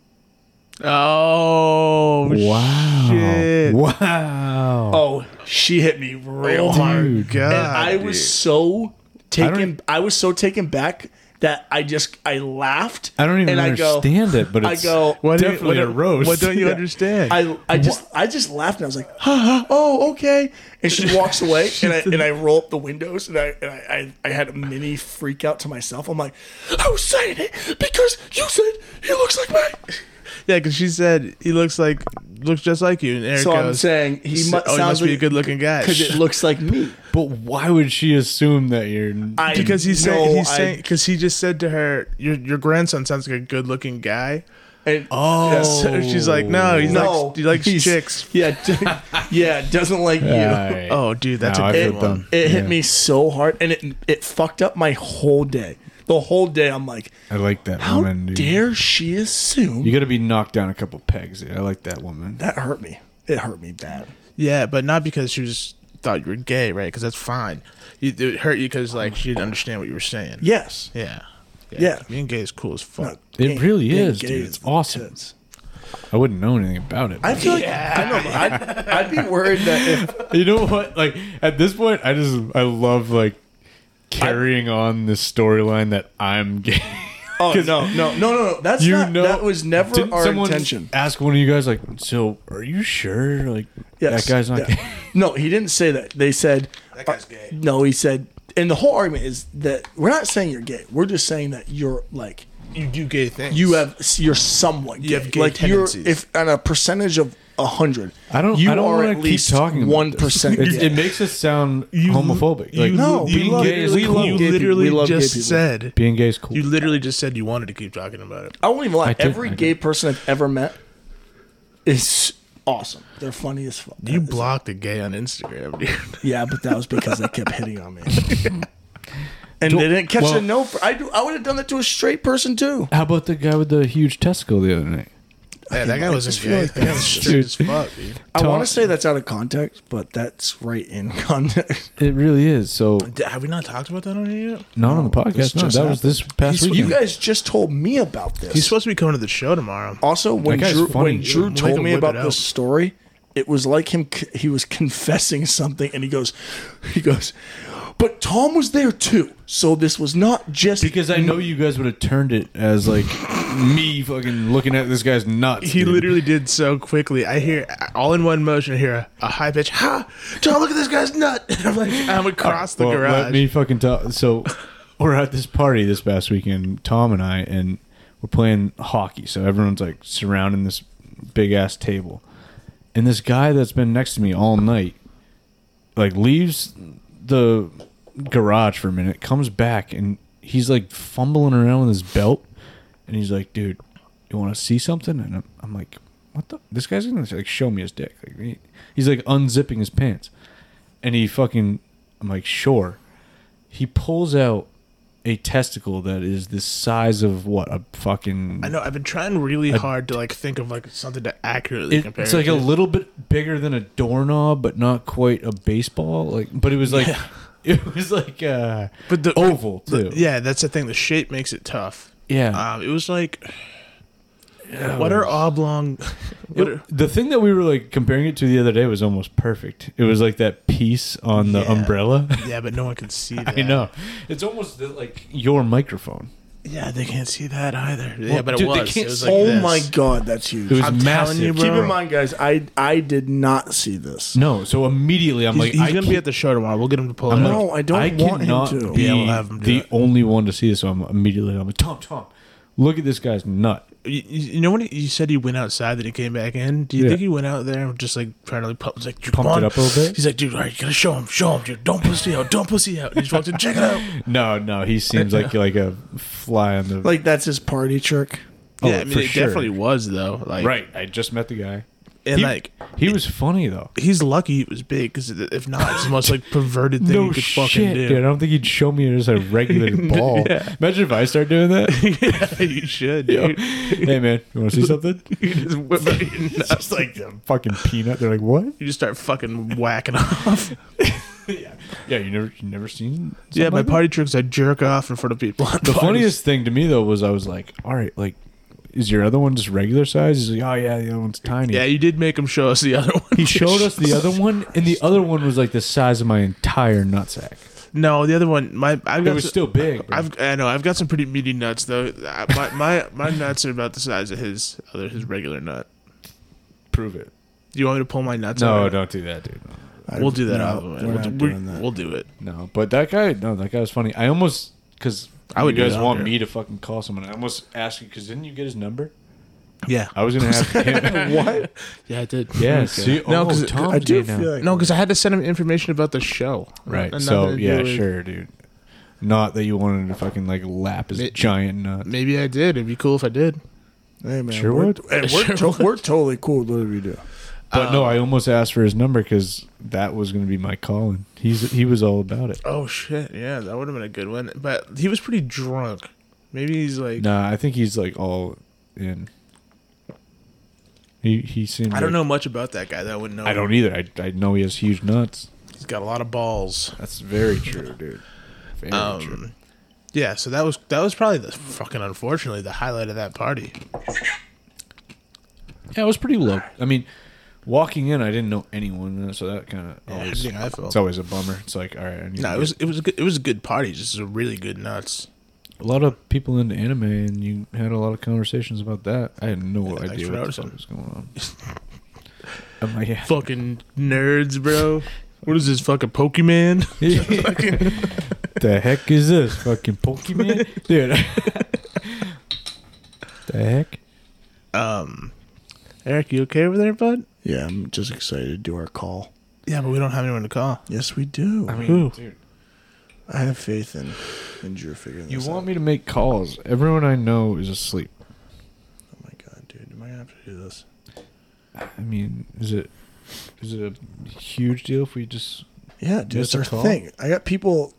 Oh wow. shit. Wow. Oh, she hit me real hard. Dude. God. And I was so e- taken. I, was so taken back that I just I laughed. I don't even and understand I go, it, but I it's go. What do you- definitely what a do- roast. What don't you <laughs> Yeah. understand? I, I just I just laughed and I was like, ha, ha, oh okay. And she walks <laughs> away and I and I roll up the windows and I and I, I, I had a mini freak out to myself. I'm like, I was saying it because you said he looks like me. yeah, because she said he looks like looks just like you, and Eric So I'm goes, saying he mu- "So- oh, he sounds must be a like- good looking guy <laughs> Because it looks like me. but why would she assume that you're? I Because he's saying know he's I- saying because he just said to her, "Your your grandson sounds like a good looking guy." and- <laughs> And Oh. so she's like, "No, he's no, like he likes he's- chicks." <laughs> Yeah, d- yeah, doesn't like you. Right. Oh, dude, that's No, a I good one. feel dumb. It hit Yeah. me so hard, and it it fucked up my whole day. The whole day, I'm like, I like that how woman. Dude. dare she assume You got to be knocked down a couple pegs. dude. I like that woman. that hurt me? It hurt me bad. Yeah, but not because she was thought you were gay, right? Because that's fine. You, it hurt you because like she didn't understand what you were saying. Yes, yeah, yeah. Yeah. Being gay is cool as fuck. It Being- really being is, gay dude. is It's awesome. tits. I wouldn't know anything about it. I feel like I know. I'd, I'd be worried that if you know what? Like at this point, I just I love like carrying on this storyline that I'm <laughs> gay. <laughs> oh no no no no no that's You not know, that was never didn't our someone intention. Ask one of you guys, like, so are you sure? Like, Yes, that guy's not yeah. gay. <laughs> No, he didn't say that. They said uh, That guy's gay. No, he said, and the whole argument is that we're not saying you're gay. We're just saying that you're like You do gay things. you have you're somewhat gay. You have gay like tendencies. You're, if on a percentage of a hundred, I don't. You I don't are want at to keep least talking. about one this. <laughs> percent. It's- gay. It makes us sound You- homopophobic. You, Like, No, we being love- gay is we cool. love You gay people. literally We love gay people. just said being gay is cool. you literally just said you wanted to keep talking about it. I won't even lie. I did- Every I gay did. person I've ever met is awesome. They're funny as fuck. You blocked a gay on Instagram, dude. Yeah, but that was because they kept hitting <laughs> on me. And Don't- they didn't catch well- a no. For, I do, I would have done that to a straight person too. How about the guy with the huge testicle the other night? <laughs> Yeah, that guy wasn't just feel gay. like That guy was that's straight as fuck, dude. I Tell- want to say that's out of context, but that's right in <laughs> context. It really is. So D- Have we not talked about that on here yet? not on the this podcast. No, that just was this past He's- weekend. you guys just told me about this. He's supposed to be coming to the show tomorrow. also, when guy's Drew, funny. when Drew Make told him me whip about it out. this <laughs> story, it was like him. c- He was confessing something, and he goes, he goes, But Tom was there too, so this was not just Because I know you guys would have turned it as like me fucking looking at this guy's nuts. He dude. literally did so quickly. I hear all in one motion. I hear a, a high pitch. Ha! John, look at this guy's nut. <laughs> And I'm like, I'm across the Well, garage. Let me fucking <laughs> tell. So we're at this party this past weekend, Tom and I, and we're playing hockey. So everyone's like surrounding this big ass table, and this guy that's been next to me all night, like leaves the garage for a minute, comes back, and he's like fumbling around with his belt, and he's like, "Dude, you want to see something?" And I'm, I'm like. What the? This guy's gonna like show me his dick. Like he, he's like unzipping his pants, and he fucking I'm like, sure. He pulls out a testicle that is the size of what a fucking I know. I've been trying really hard to like think of like something to accurately It- compare. it's it like a to. little bit bigger than a doorknob, but not quite a baseball. Like, but it was like <laughs> it was like uh, But the- oval too. The- yeah, that's the thing. The shape makes it tough. yeah. Um, it was like, what are oblong? <laughs> What are, the thing that we were like comparing it to the other day was almost perfect. It was like that piece on the Yeah. umbrella. <laughs> yeah, but no one can see that. I know. It's almost like your microphone. Yeah, they can't see that either. yeah, but it dude, was. they can't it was see- like Oh this. my god, that's It huge. was I'm massive. telling you, Keep bro. in mind, guys, I I did not see this. No, so immediately I'm He's, like, he's I gonna can't- be at the show tomorrow. We'll get him to pull it I'm up. No, like, I don't want him cannot to. Be Yeah, we'll have him do the it. only one to see this, so I'm immediately I'm like, Tom, Tom, look at this guy's nut. You, you you know when you said he went outside, then he came back in. Do you Yeah. think he went out there and just like trying to like pump, was like dude, Pumped come on. it up a little bit? He's like, dude, all right, you gotta show him, show him, dude. Don't pussy out, don't pussy out. And he just walked in, check it out. No, no, he seems like like a fly on the Like that's his party trick. Oh, yeah, I mean, for it sure. definitely was though. Like, right. I just met the guy, and He- like he was funny though. he's lucky it was big because if not, it's the most like perverted <laughs> thing you could fucking do. dude. I don't think he'd show me as a <laughs> regular ball. Imagine if I start doing that. <laughs> yeah, you should. Yo, Dude. hey man, you want to see something? <laughs> You just whip out <laughs> your nuts. um, It's like a fucking peanut. They're like, what? You just start fucking whacking <laughs> off. Yeah, you never, you never seen. yeah, something my like that? party tricks. I jerk off in front of <laughs> people. The funniest thing to me though was I was like, all right, like, is your other one just regular size? He's like, oh yeah, the other one's tiny. Yeah, you did make him show us the other one. he showed us the other one, and the other one was like the size of my entire nutsack. <laughs> No, the other one. My I've It got was some- still big. bro. I've I know I've got some pretty meaty nuts though. I- My my my nuts are about the size of his other his regular nut. prove it. Do you want me to pull my nuts? No, out? don't do that, dude. I- We'll do that. no, off of it. we're we'll, not do- we- doing that. we'll do it. No, but that guy, no, that guy was funny. I almost because I would you do guys that, want dude. me to fucking call someone. I almost asked you because didn't you get his number? Yeah, I was gonna ask <laughs> him. <laughs> what? yeah, I did. Yeah. See, No, oh, 'cause it- Tom's I do gay now. feel like No, because I had to send him information about the show. Right. And So nothing to do yeah, with- sure, dude. Not that you wanted to fucking like lap his It- giant nut. Maybe I did. It'd be cool if I did. Hey, man, Sure we're, would. hey, we're, Sure to- would. we're totally cool with whatever you do. But no, uh, I almost asked for his number because that was going to be my calling. He's he was all about it. Oh shit! Yeah, that would have been a good one. But he was pretty drunk. Maybe he's like Nah, I think he's like all in. He he seemed. I don't like- know much about that guy. That I wouldn't know. I don't either. I I know he has huge nuts. He's got a lot of balls. That's very true, dude. Very true. Um, yeah. So that was that was probably the fucking unfortunately the highlight of that party. Yeah, it was pretty low. I mean, walking in, I didn't know anyone, so that kind of Yeah, I always. think I felt. It's always a bummer. It's like all right. I need no, to it get- was it was a good, it was a good party. Just a really good nuts. a lot of people into anime, and you had a lot of conversations about that. I had no thanks idea for what the noticing. fuck was going on. I'm like, yeah. <laughs> <laughs> Fucking nerds, bro. What is this fucking Pokemon? <laughs> the heck is this fucking Pokemon, dude? <laughs> the heck? Um, Eric, you okay over there, bud? Yeah, I'm just excited to do our call. Yeah, but we don't have anyone to call. Yes, we do. I, Who? dude, have faith in in your figuring you this want out. me to make calls? Everyone I know is asleep. Oh my god, dude, am I gonna have to do this? I mean, is it is it a huge deal if we just? Yeah, dude, it's Miss a our call? thing. I got people.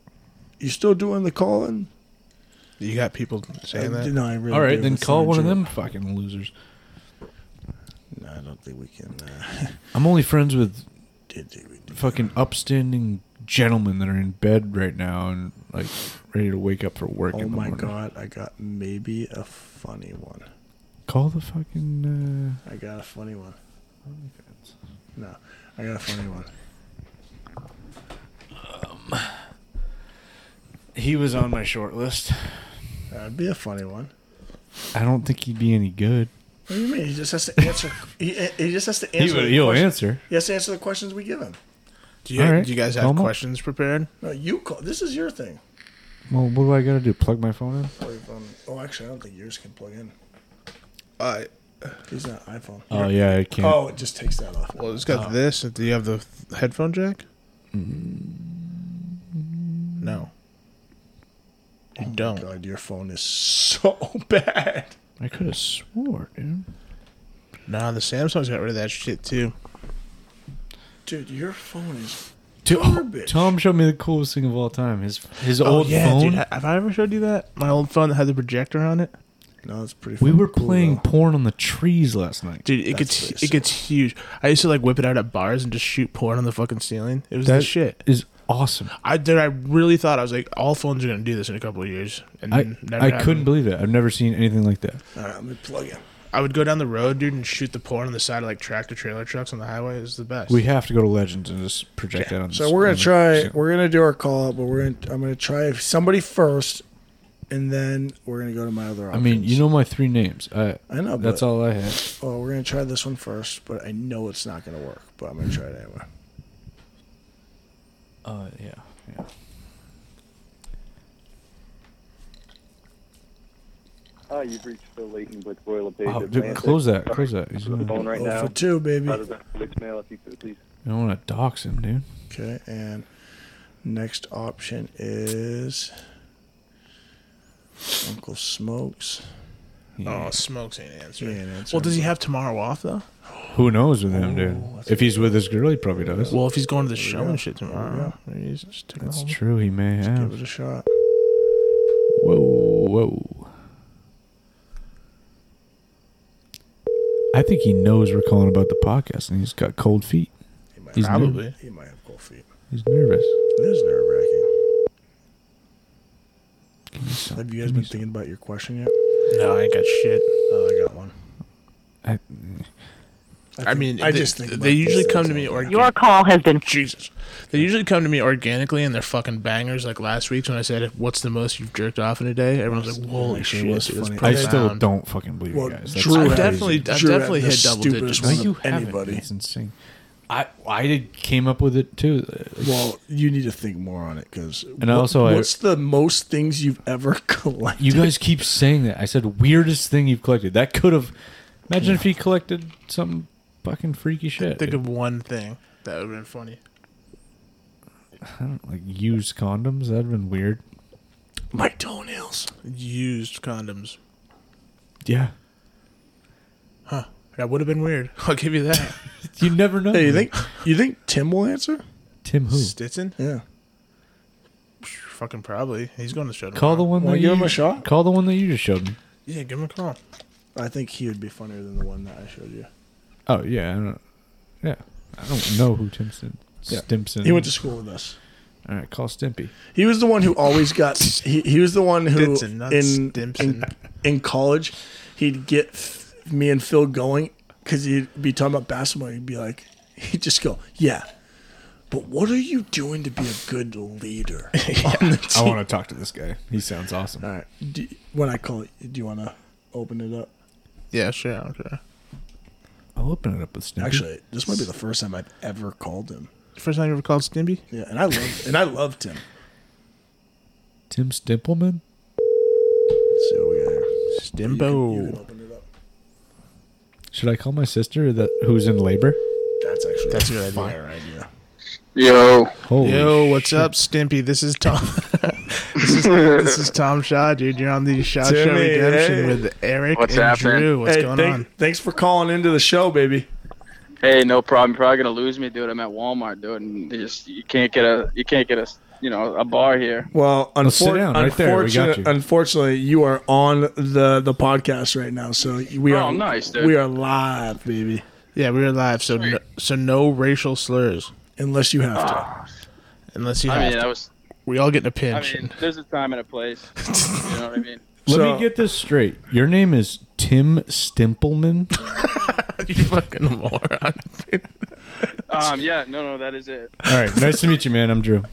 You still doing the calling? You got people Uh, saying I- that. No, I really All right, do. then It's call not one of you. them fucking losers. No, I don't think we can. Uh, I'm only friends with did think we do. fucking upstanding gentlemen that are in bed right now and like ready to wake up for work. Oh in the my morning. god, I got maybe a funny one. Call the fucking. uh, I got a funny one. No, I got a funny one. He was on my short list. That'd be a funny one. I don't think he'd be any good. What do you mean? He just has to answer. he, he just has to answer. the He will questions- answer. He has to answer the questions we give him. Do you, All right. do you guys Call have 'em up. questions prepared? No, you call. This is your thing. Well, what do I got to do? Plug my phone in? Plug your phone. Oh, actually, I don't think yours can plug in. Uh, He's not iPhone. Oh yeah, I can't. Oh, it just takes that off. well, it's got this. Do you have the headphone jack? Mm. No. You don't. God, your phone is so <laughs> bad. I could have swore, dude. Nah, the Samsung's got rid of that shit too. Dude, your phone is Dude, oh, Garbage. Tom showed me the coolest thing of all time. His his old phone. Oh, dude. Have I ever showed you that? My old phone that had the projector on it. no, it's pretty. we fucking were cool, playing though. porn on the trees last night. Dude, it That's gets pretty it gets huge. I used to like whip it out at bars and just shoot porn on the fucking ceiling. It was the That shit. is awesome. I did. I really thought I was like, all phones are gonna do this in a couple of years. And I then never I happened. couldn't believe Mm, it. I've never seen anything like that. All right, let me plug in. I would go down the road, dude, and shoot the porn on the side of like tractor trailer trucks on the highway. It was the best. We have to go to Legends and just project that on. So this- we're on gonna the- try. We're gonna do our call up, but we're gonna. I'm gonna try somebody first, and then we're gonna go to my other. I Options. mean, you know my three names. I I know. that's but, all I had. Oh, we're gonna try this one first, but I know it's not gonna work. But I'm gonna try it anyway. Uh, yeah, yeah. Hi, Oh, you've reached Phil Layton with Royal Abbey. Oh, dude, close that. Close that. He's the gonna, phone right Oh, now. for two, baby. Out of the voicemail, if you could please. I don't want to dox him, dude. Okay, and next option is Uncle Smokes. oh, smokes ain't answering. He ain't answering, well, does he have tomorrow off though? Who knows with him, dude? If he's with his girl, he probably does. Well, if he's going to the show go. and shit There we tomorrow, go. maybe he's just taking That's home. true. He may Give have. it a shot. Whoa, whoa. I think he knows we're calling about the podcast, and he's got cold feet. He might, He's have, Probably. he might have cold feet. He's nervous. It is nerve wracking. Give me some- Have you guys give been me thinking about your question yet? No, I ain't got shit. Oh, I got one. some- I- I mean, I they, just think about they these usually things come to all me the organically. Your call has been Jesus. They usually come to me organically and they're fucking bangers. Like last week's when I said, "What's the most you've jerked off in a day?" Everyone's like, "Holy Actually, shit!" what's dude, that's funny- I profound. still don't fucking believe Um, Well, you guys. That's Drew I've had- definitely, I've Drew had definitely the hit double digits. stupidest No, one. you haven't. Anybody. It's insane. I I did- came up with it too. Well, you need to think more on it because. And also I- what's the most things you've ever <laughs> collected? You guys keep saying that. I said weirdest thing you've collected. That could have. Imagine if he collected some fucking freaky shit. Think of one thing that would have been funny. I don't- like used condoms. That'd been weird. My toenails. Used condoms. Yeah. That would have been weird. <laughs> I'll give you that. You never know. Hey, you think you think Tim will answer? Tim who? Stinson? Yeah. Fucking probably. He's going to show. Call the one Wanna that give you him a shot? Call the one that you just showed me. Yeah, give him a call. I think he would be funnier than the one that I showed you. Oh yeah, I don't. Yeah, I don't know who Timson. Stimson. He went to school with us. All right, call Stimpy. He was the one who always got. He, he was the one who Stinson, not in, in Stimson. in college, he'd get f- me and Phil going because he'd be talking about basketball. He'd be like, he'd just go, "Yeah, but what are you doing to be a good <laughs> leader?" on the team?" want to talk to this guy. He sounds awesome. All right. Do, when I call it, do you want to open it up? Yeah, sure. Okay. I'll open it up with Stimpy. Actually, this might be the first time I've ever called him. First time you ever called Stimpy? Yeah, and I loved and I loved him. Tim Stimpleman. Let's see what we got here. You can Stimbo. open it up. Should I call my sister that who's in labor? That's actually That's a good idea. fire idea. Yo, Holy Yo, what's shit. up, Stimpy? This is Tom. <laughs> this, <laughs> is, this is Tom Shaw, dude. You're on the Shaw Show Timmy, Redemption hey. with Eric What's and happening? Drew. What's hey, going thank- on? thanks for calling into the show, baby. hey, no problem. You're probably gonna lose me, dude. I'm at Walmart, dude, and they just you can't get a you can't get a you know a bar here. Well, unfor- sit down right there. We got unfortunate- you. unfortunately, you are on the the podcast right now, so we Oh, are nice, dude. we are live, baby. Yeah, we're live, so no, so no racial slurs Unless you have to. Ah. unless you have. I mean, to. I was. we all get in a I pinch. mean, there's a time and a place. You know what I mean? Let So- me get this straight. Your name is Tim Stimpleman. <laughs> you fucking moron. Um, yeah, no, no, that is it. All right, nice to meet you, man. I'm Drew.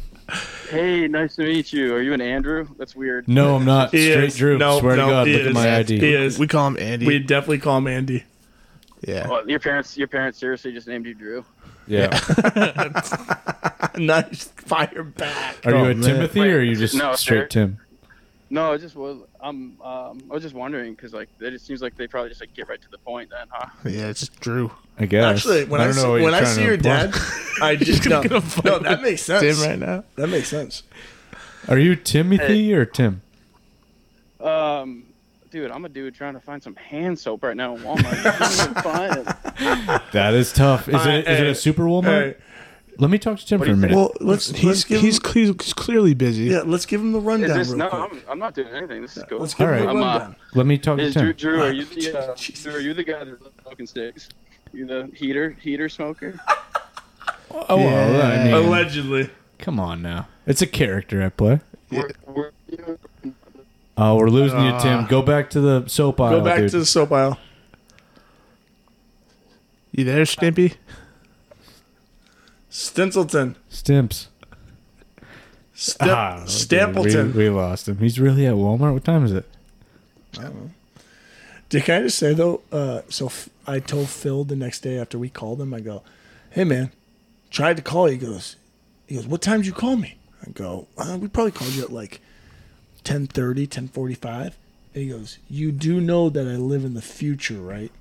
Hey, nice to meet you. Are you an Andrew? That's weird. No, I'm not. He Straight is. Drew. No, Swear no, to God, he look at is. my He ID. is. We We, call him Andy. definitely call him Andy. <laughs> yeah. Well, your parents, your parents seriously just named you Drew. <laughs> Yeah. nice fire back. Are Oh, you a man. Timothy or are you just No, straight Tim? No, it just was. I'm. Um, I was just wondering because like it just seems like they probably just like get right to the point then, huh? Yeah, it's Drew. I guess. Actually, when I, don't see, know what when you're I trying see to your imply. <laughs> dad, I just no, gonna get a fight no, that makes sense. Tim right now. That makes sense. Are you Timothy or Tim? Um, dude, I'm a dude trying to find some hand soap right now in Walmart. I can't even find it. That is tough. Is Uh, it is it hey, a Super hey. Walmart? Let me talk to Tim for a you minute. Well, let's He's let's give he's, him, he's clearly busy. yeah, let's give him the Is rundown. this, real no, quick. I'm, I'm not doing anything. This is cool. Let's give All him right. the I'm, uh, rundown. Let me talk to Is Drew, Tim. Drew, are you the uh, Jesus. Drew, are you the guy that loves smoking sticks? You the heater <laughs> heater smoker? Oh, well, I mean, Allegedly, come on now. It's a character I play. Were- were you- Oh, we're losing you, Tim. Go back to the soap aisle. Ah. go back dude. to the soap aisle. You there, Stimpy? Stencilton, Stimps. Stem- Ah, dude, Stampleton. We, we lost him. He's really at Walmart. What time is it? Did can I just say though? Uh, so f- I told Phil the next day after we called him, I go, "Hey man, tried to call you." He goes, "He goes, what time did you call me?" I go, uh, "We probably called you at like 10.30, 10.45. And he goes, "You do know that I live in the future, right?"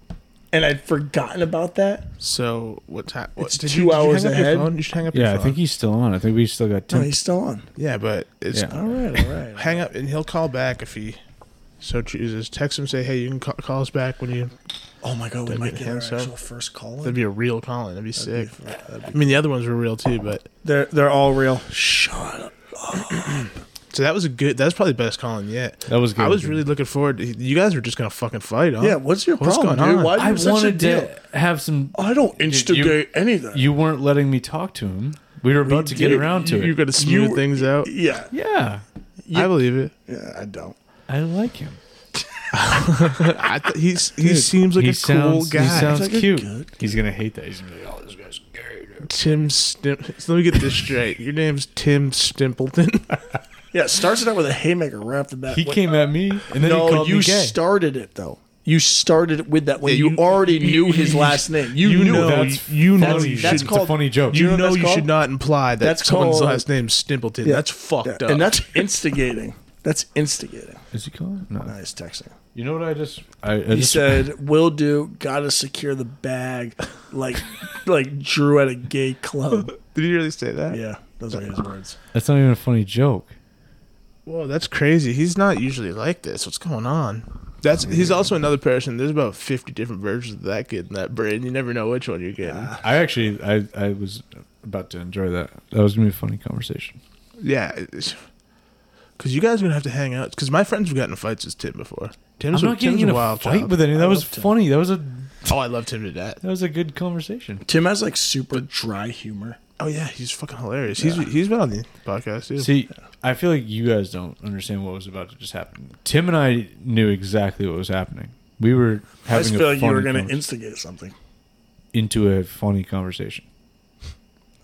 And I'd forgotten about that. So what time? What, It's did two you, did you hours hang up ahead. Your phone? You should hang up. Yeah, your I phone. think he's still on. I think we still got No, Tim. he's still on. Yeah, but it's Yeah. All right, all right. hang up, and he'll call back if he so chooses. Text him, say, "Hey, you can call, call us back when you." <laughs> Oh my god, we That'd might be get our handsome. actual first call. That'd in. be a real calling. That'd be sick. That'd be- I mean, the other ones were real too, but They're they're all real. Shut up. so that was a good. That was probably the best calling yet. That was good. I was really looking forward. to You guys were just gonna fucking fight, huh? Yeah, what's your What's problem, going dude? on? Why do you I have such a wanted deal? to have some. I don't instigate anything. You weren't letting me talk to him. We were about to get did. around to You're it. gonna smooth You- things out. yeah, Yeah, I believe it. yeah, I don't. I like him. <laughs> I th- he's he seems like he a sounds, cool guy. He sounds He's like a cute. good He's gonna hate that. He's gonna be like, "Oh, this guy's gay." dude." Tim Stimp. So let me get this straight. Your name's Tim Stimpleton. Yeah, it starts it out with a haymaker right off the bat. He What- came at me, <laughs> and then he no, called you me gay. started it though. You started it with that when Yeah, you, you- already knew you- his you- last name. You, you knew know it. that's- you know you that's shouldn't- it's a called- funny joke. You, know what know that's you should called? not imply that That's someone's called- last name's Stimpleton. That's fucked Yeah, up. and that's instigating. That's instigating. Is he calling? No. Nice texting. You know what I just? I, I He just said, "Will do. Gotta secure the bag, like, <laughs> like Drew at a gay club." Did he really say that? Yeah, those are his words. that's not even a funny joke. Whoa, that's crazy. He's not usually like this. What's going on? That's he's also another person. There's about fifty different versions of that kid in that brain. You never know which one you're getting. Yeah, I actually, I, I was about to enjoy that. That was gonna be a funny conversation. it's- cause you guys are gonna have to hang out. Cause my friends have gotten in fights with Tim before. Tim's, I'm not getting Tim's in a a wild fight child. with any. That was loved him. funny. That was a oh, I love Tim to death. that was a good conversation. Tim has like super dry humor. Oh yeah, he's fucking hilarious. He's he's been on the podcast too. See, I feel like you guys don't understand what was about to just happen. Tim and I knew exactly what was happening. We were I having just a feel like you funny were going convers- to instigate something. into a funny conversation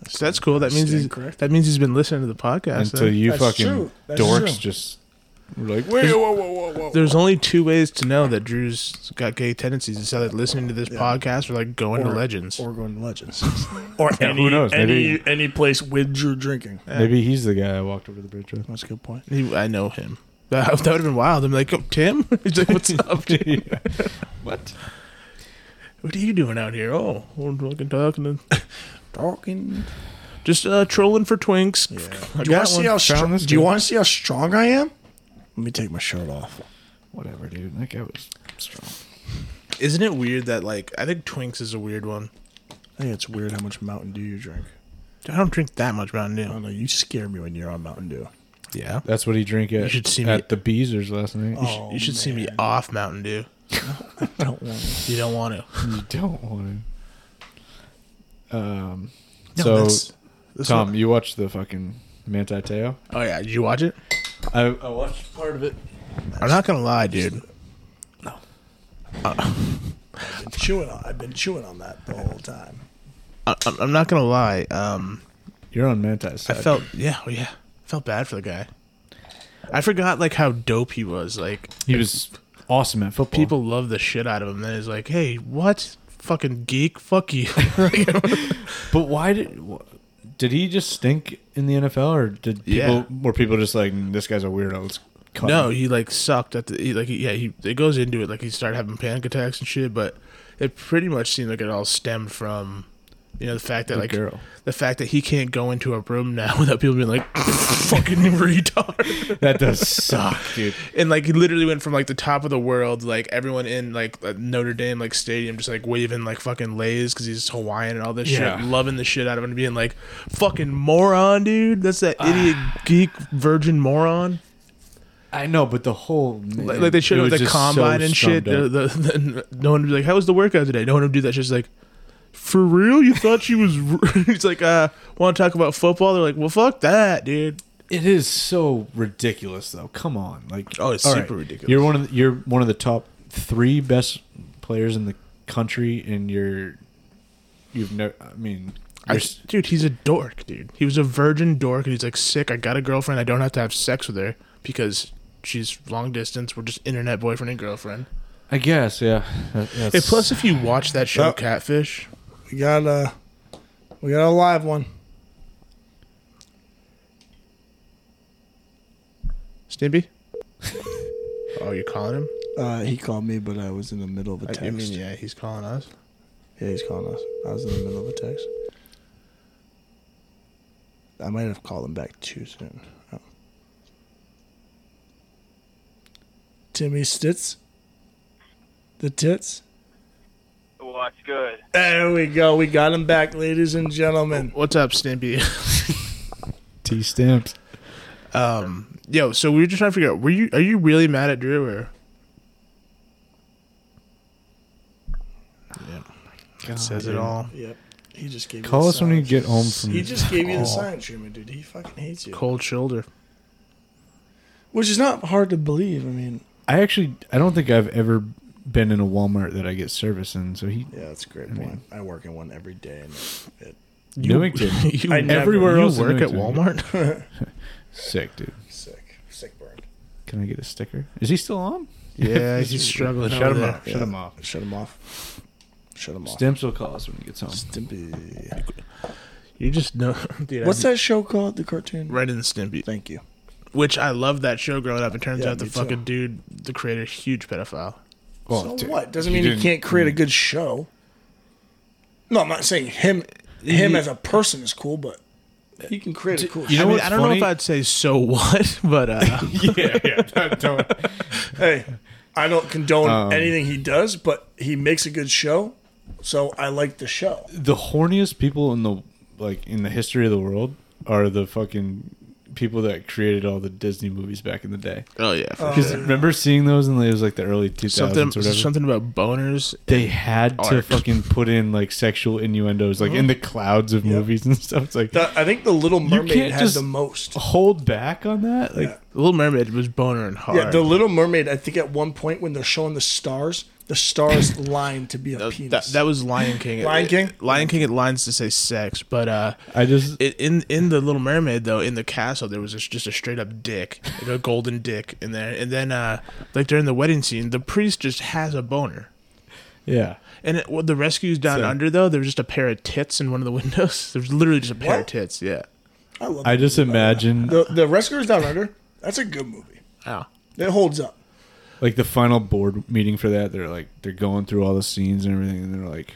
so that's cool. That means he's Incorrect. that means he's been listening to the podcast. until then. you That's fucking true. That's dorks true. just were like, wait, whoa, whoa, whoa, whoa. There's only two ways to know that Drew's got gay tendencies. It's either listening to this podcast or like going to Legends. Or going to <laughs> Legends. or any, who knows? any, Maybe- any place with Drew drinking. Maybe he's the guy I walked over the bridge <laughs> with. That's a good point. He, I know him. <laughs> That, that would have been wild. I'm like, oh, Tim? <laughs> He's like, what's up, Oh, dude? <laughs> what? What are you doing out here? Oh, we're fucking talking. And <laughs> Talking. just uh, trolling for twinks. <laughs> I Do you got want to one. see how Found strong? this Do you guy. want to see how strong I am? Let me take my shirt off. Whatever, dude. That guy was strong. Isn't it weird that, like, I think twinks is a weird one. I think it's weird how much Mountain Dew you drink. I don't drink that much Mountain I Dew. don't know. You scare me when you're on Mountain Dew. Yeah. That's what he drank at, You should see me- at the Beezers last night. Oh, you should see me man. off Mountain Dew. I don't want to. You don't want to. <laughs> You don't want to. Um, No, so, that's- that's Tom, what- you watched the fucking Manti Teo? <laughs> oh, yeah. Did you watch it? I, I watched part of it. I'm not going to lie, dude. I've been chewing on. I've been chewing on that the whole time. I, I'm I'm not gonna lie. Um, You're on Mantis. I felt yeah, oh, yeah, I felt bad for the guy. I forgot like how dope he was. Like he was awesome at football. people love the shit out of him. Then he's like, hey, what? Fucking geek, fuck you. <laughs> but why did wh- did he just stink in the NFL or did people Yeah. were people just like "Mm, this guy's a weirdo? Let's cut no, him." he like sucked at the he, like yeah he it goes into it like he started having panic attacks and shit. But it pretty much seemed like it all stemmed from you know the fact that The like girl. the fact that he can't go into a room now <laughs> without people being like fucking retard. that does suck, dude. and like he literally went from like the top of the world, like everyone in like uh, Notre Dame like stadium, just like waving like fucking lays because he's Hawaiian and all this Yeah. shit, loving the shit out of him, and being like fucking moron, dude. That's that idiot geek virgin moron. I know, but the whole Like, like they showed up at the combine and shit. The, the, the- <laughs> no one would be like, "How was the workout today?" No one would do that. She's like, "For real? You thought she was?" r-" <laughs> He's like, "Uh, want to talk about football?" They're like, "Well, fuck that, dude." It is so ridiculous, though. Come on, like Oh, it's all super ridiculous. You're one of the, you're one of the top three best players in the country, and you're you've never. I mean, I- you're, s- dude, he's a dork, dude. He was a virgin dork, and he's like, sick. I got a girlfriend. I don't have to have sex with her because she's long distance. We're just internet boyfriend and girlfriend. I guess, yeah. That- that's- Hey, plus, if you watch that show, Oh. Catfish, We got a, we got a live one. Stimpy. <laughs> oh, you're calling him? Uh, he called me, but I was in the middle of a I- text. I, mean, yeah, he's calling us. Yeah, he's calling us. I was in the middle of a text. I might have called him back too soon. Oh. Timmy Stitz? The tits? What's good? There we go. We got him back, ladies and gentlemen. What's up, Stimpy? <laughs> T stamps. Um, yo, so we were just trying to figure out were you are you really mad at Drew or God, says it dude. all? Yep. He just gave Call you the us when you sign. get home from. He just gave you Oh. the silent treatment, dude. He fucking hates you. Cold shoulder. Which is not hard to believe. I mean, I actually, I don't think I've ever been in a Walmart that I get service in. So he, yeah, that's a great mean- point. I work in one every day. And it, Newington, <laughs> <laughs> you, I never- Everywhere you else in work at Newington. Walmart? sick dude. sick. Sick burn. Can I get a sticker? Is he still on? <laughs> yeah, he's struggling. Shut over him there. up. Shut him off. Shut him off. Shut him off. Stamps will call us when he gets home. Stimpy. You just know. Dude, What's I'm that show called? The cartoon? Red and Stimpy, Thank you. which I loved that show growing up. It turns Yeah, out the me too. fucking dude, the creator, huge pedophile. Well, so Oh, dude, what? Doesn't you mean you didn't- can't create a good show. No, I'm not saying him. Him as a person is cool, but you can create a cool. you I know mean, what's I don't know if funny? I'd say so <laughs> what, but uh, <laughs> yeah, yeah. Don't. show. hey, I don't condone Um, anything he does, but he makes a good show, so I like the show. <laughs> the horniest people in the like in the history of the world are the fucking people that created all the Disney movies back in the day. oh yeah, for Oh, sure. Because remember seeing those in the, it was like the early two something thousands or whatever. something about boners. they had to Art. fucking put in like sexual innuendos like in the clouds of Yep. movies and stuff. It's like The, I think the Little Mermaid can't had just- the most. hold back on that. Like The Little Mermaid was boner and hard. Yeah, the Little Mermaid. I think at one point when they're showing the stars, the stars line to be a Uh, That- penis. that, that was Lion King. Lion It- King? Lion King. It lines to say sex, but uh, I just it, in in the Little Mermaid though, in the castle, there was just just a straight up dick, like a golden dick in there. And then uh, like during the wedding scene, the priest just has a boner. yeah. And it, well, the rescues down So- under though, there was just a pair of tits in one of the <laughs> windows. There's literally just a pair of What? tits. Yeah. I love. I just imagine The The Rescuers Down Under. That's a good movie. Oh. It holds up. like the final board meeting for that. They're like they're going through all the scenes and everything, and they're like,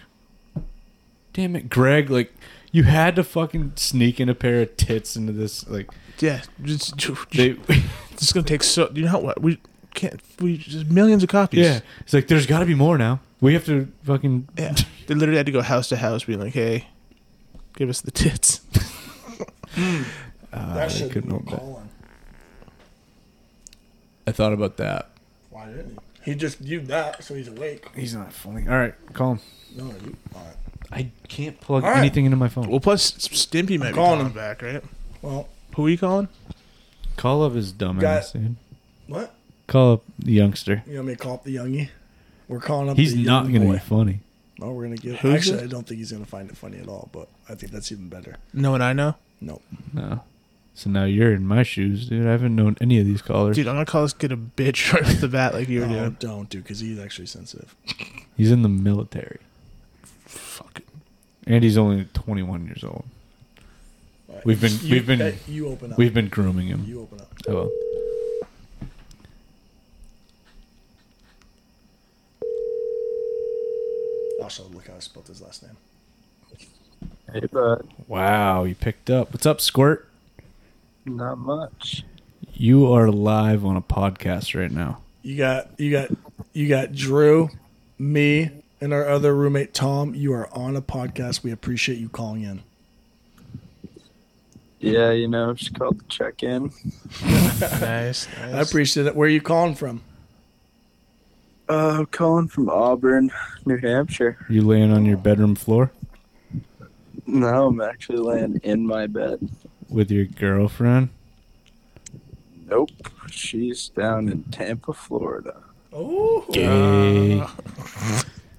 "Damn it, Greg! Like you had to fucking sneak in a pair of tits into this. Like Yeah. Just, just, they, <laughs> it's gonna take so. You know what? We can't. We just millions of copies. yeah. It's like there's got to be more now. We have to fucking Yeah. They literally had to go house to house, being like, "Hey, give us the tits." Ah, That I should be couldn't no remember. calling. I thought about that. Why didn't he? He just viewed that, so he's awake. He's not funny. All right, call him. No, you. All right. I can't plug All right. anything into my phone. Well, plus Stimpy might be calling calling him. back, right? Well, Who are you calling? Call up his dumb Got- ass, dude. what? Call up the youngster. You want me to call up the youngie? We're calling up. He's the not young going to be boy. funny. No, we're gonna give. Who's actually, it? I don't think he's gonna find it funny at all. But I think that's even better. No one I know. Nope. No. Oh. So now you're in my shoes, dude. I haven't known any of these callers. Dude, I'm gonna call this kid a bitch <laughs> right off the bat, like you were No, doing. don't do because he's actually sensitive. He's in the military, Fuck. and he's only 21 years old. All right. We've been- You- we've been- hey, you open up. We've been grooming him. you open up. Oh well. Also, look how I spelled his last name. Wow, you picked up. What's up, Squirt? Not much. You are live on a podcast right now. You got you got you got Drew, me, and our other roommate Tom. You are on a podcast. We appreciate you calling in. Yeah, you know, just called to check in. <laughs> Nice. I nice. appreciate it. Where are you calling from? Uh, I'm calling from Auburn, New Hampshire. Are you laying on your bedroom floor No, I'm actually laying in my bed. with your girlfriend? Nope. She's down in Tampa, Florida. Oh, Gay. all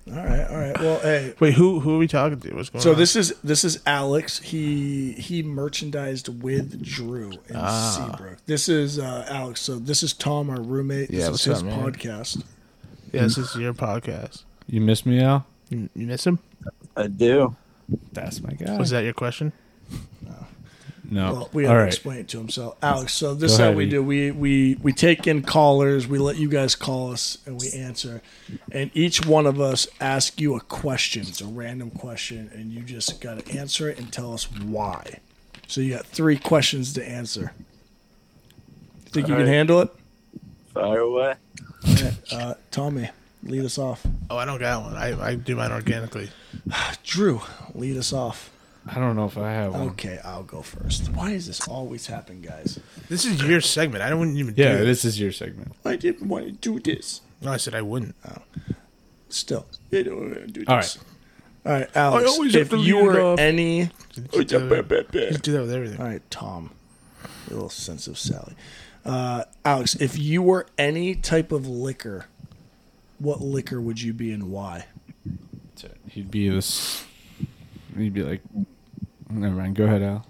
right, all right. Well, hey. Wait, who who are we talking to? What's going So on? this is this is Alex. He he merchandised with Drew and Ah. Seabrook. This is uh, Alex. So this is Tom, our roommate. This Yeah, is what's his up, man? podcast. yeah, this is your podcast. You miss me, Al? You, you miss him? I do. That's my guy. Was that your question? no. Well, we Oh, All have to right. explain it to him. So, Alex, so this is Go how ahead, we E. do. We we we take in callers. We let you guys call us, and we answer. And each one of us ask you a question. It's a random question, and you just got to answer it and tell us why. So you got three questions to answer. Think you All can right. handle it, Fire away. uh, Tommy? Lead us off. Oh, I don't got one. I, I do mine organically. Drew, lead us off. I don't know if I have one. Okay, I'll go first. Why does this always happen, guys? This is your segment. I wouldn't even Yeah, do this is your segment. I didn't want to do this. No, I said I wouldn't. Still, I don't want to do this. All right. All right, Alex. I always have if to you lead were off. Oh, any, You do that you do that with everything. all right, Tom, a little sense of Sally. Uh, Alex, if you were any type of liquor, what liquor would you be and why? He'd be this. He'd be like, never mind. Go ahead, Al.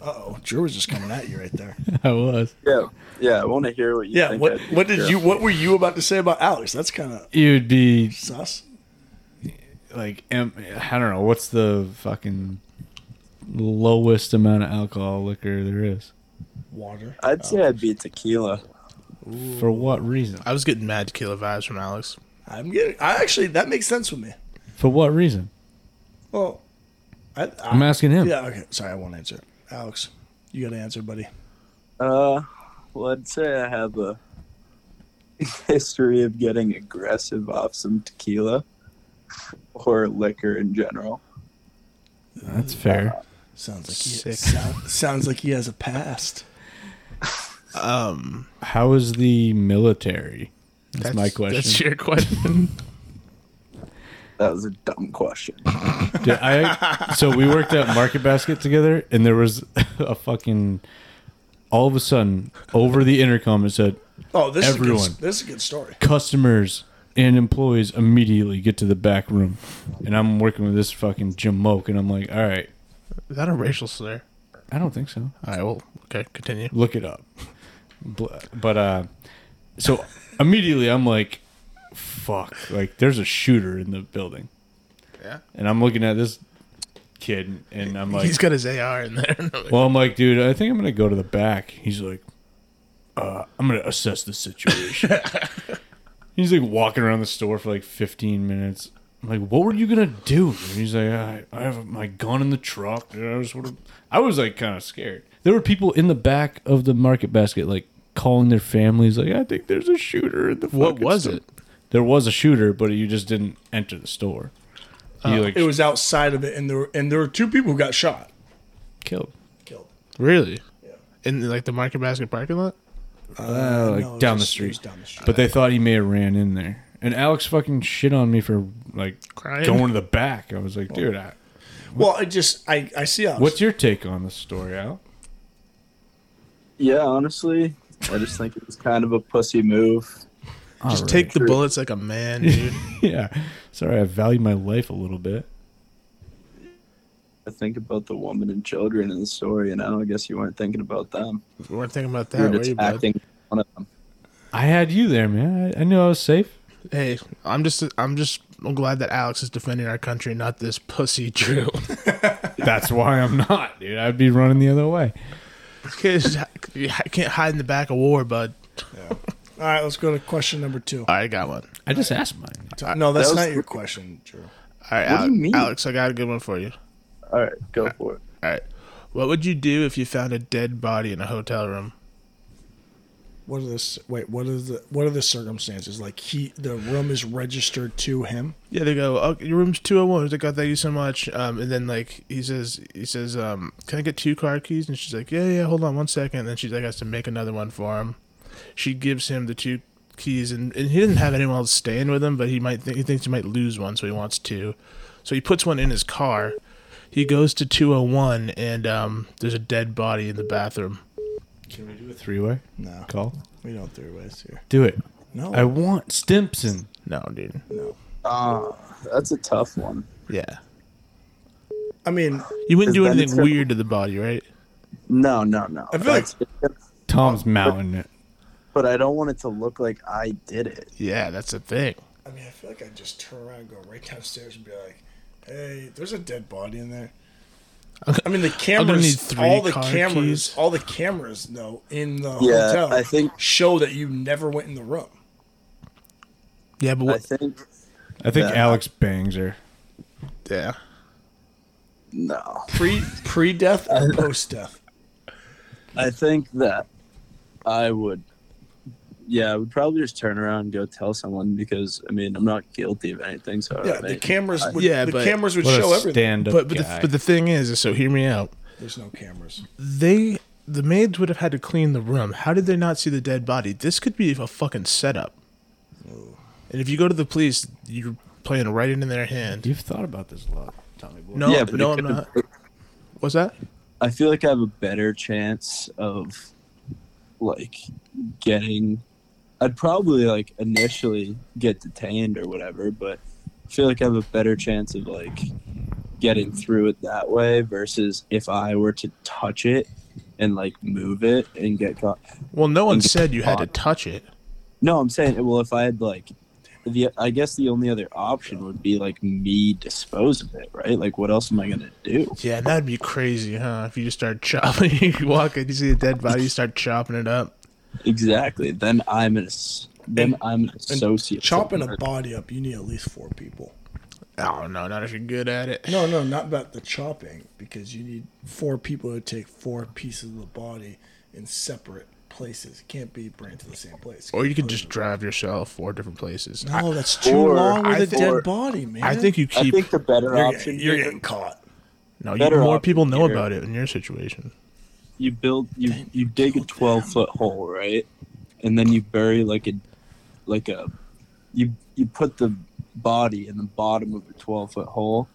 Uh oh, Drew was just coming at you right there. I was. Yeah, yeah. I want to hear what you yeah, think. what I'd be. what did Yeah. you what were you about to say about Alex? That's kind of You'd be sus. like, em- I don't know. What's the fucking lowest amount of alcohol liquor there is? Water. I'd say I'd be tequila. For what reason? I was getting mad tequila vibes from Alex. I'm getting. I actually that makes sense with me. For what reason? Well, I, I I'm asking him. yeah. Okay, sorry, I won't answer. Alex, you got to answer, buddy. Uh, well, I'd say I have a <laughs> history of getting aggressive off some tequila or liquor in general. That's fair. Sounds like he, Sick. sound, sounds like he has a past. Um, How is the military? that's, my question. That's your question. That was a dumb question. Dude, I, so we worked at Market Basket together, and there was a fucking. All of a sudden, over the intercom, it said, Oh, this is a Everyone. good, this is a good story. customers and employees immediately get to the back room. And I'm working with this fucking Jamoke, and I'm like, all right, is that a racial slur? I don't think so. All right. Well, okay. Continue. Look it up. Bl- But, uh, so immediately I'm like, fuck, like there's a shooter in the building. Yeah. And I'm looking at this kid, and I'm like, He's got his AR in there. <laughs> well, I'm like, dude, I think I'm going to go to the back. He's like, uh, I'm going to assess <laughs> the situation. he's like walking around the store for like 15 minutes. I'm like, what were you going to do? And he's like, I, I have my gun in the truck. And I, just sort of, I was like kind of scared. There were people in the back of the market basket, like calling their families, like, I think there's a shooter in the what fucking was store." it? There was a shooter, but you just didn't enter the store. You like Uh, It was outside of it, and there were, and there were two people who got shot, killed. killed. Really? In like the market basket parking lot? Uh, like No, it was down just- the it was street. down the street. But they thought he may have ran in there. And Alex fucking shit on me for like Crying? going to the back. I was like, dude, I, well, I just I I see Alex. what's your take on this story, Al? Yeah, honestly, I just think it was kind of a pussy move. Just Alright. take the bullets like a <laughs> man, dude. yeah. Sorry, I value my life a little bit. I think about the woman and children in the story, and I don't guess you weren't thinking about them. We weren't thinking about You that, were were just you, bud? acting one of them. I had you there, man. I, I knew I was safe. Hey, I'm just, I'm just, I'm glad that Alex is defending our country, not this pussy Drew. <laughs> <laughs> That's why I'm not, dude. I'd be running the other way. Kids, you ha- can't hide in the back of war, bud. All right, let's go to question number two. All right, I got one. I just asked mine. No, that's That was- not your question, Drew. All right, What do Alex, you mean? Alex, I got a good one for you. All right, go for it. All right, what would you do if you found a dead body in a hotel room? What are this? Wait, what are the what are the circumstances? Like he, the room is registered to him. Yeah, they go, oh, your room's 201. He's like, oh, thank you so much. Um, and then, like, he says, he says, um, can I get two car keys? And she's like, yeah, yeah, hold on one second. And then she's like, I have to make another one for him. She gives him the two keys, and, and he doesn't have anyone else staying with him, but he might think he thinks he might lose one, so he wants two. So he puts one in his car. He goes to 201, and um, there's a dead body in the bathroom. Can we do a three way No, call? we don't three ways here. Do it. No, I want Stimpson. No, dude. Ah, that's a tough one. Yeah. I mean, You wouldn't Is do that anything acceptable? weird to the body, right? No, no, no. I feel like- That's- Tom's mounting it. but I don't want it to look like I did it. Yeah, that's the thing. I mean, I feel like I'd just turn around and go right downstairs and be like, "Hey, there's a dead body in there." I mean, the cameras, need three all the car cameras, keys. all the cameras, though, in the Yeah, hotel, I think- show that you never went in the room. Yeah, but I what? think I think Yeah. Alex bangs her. Yeah. no. Pre pre death <laughs> or post death? I think that I would. Yeah, I would probably just turn around and go tell someone because I mean I'm not guilty of anything. So Yeah, the cameras would. Yeah, the but- cameras would What show a everything. stand up But but the, guy. but the thing is, is, so hear me out. There's no cameras. They the maids would have had to clean the room. How did they not see the dead body? This could be a fucking setup. And if you go to the police, you're playing right into their hand. You've thought about this a lot, Tommy boy. No, Yeah, but no, it I'm could've- not. What's that? I feel like I have a better chance of like getting I'd probably like initially get detained or whatever, but I feel like I have a better chance of like getting through it that way versus if I were to touch it and like move it and get caught. Well, no one And- said you had to touch it. No, I'm saying well if I had like the I guess the only other option would be like me dispose of it, right? Like what else am I gonna do? Yeah, that'd be crazy, huh? If you just start <laughs> chopping, you walk in, you see a dead body, you start chopping it up. Exactly. Then I'm an ass- then I'm an associate. Chopping a body up, you need at least four people. Oh no, not if you're good at it. No, no, not about the chopping because you need four people to take four pieces of the body in separate places. It can't be brought to the same place. Or you could just drive yourself four different places. I, no, that's too Or- long with I a think- dead body, man. I think you I keep think the better you're, option getting, you're getting caught. no. You, better more off people know here. about it in your situation. you build you you dig a twelve foot hole, right? And then you bury like a like a you you put the body in the bottom of a twelve foot hole,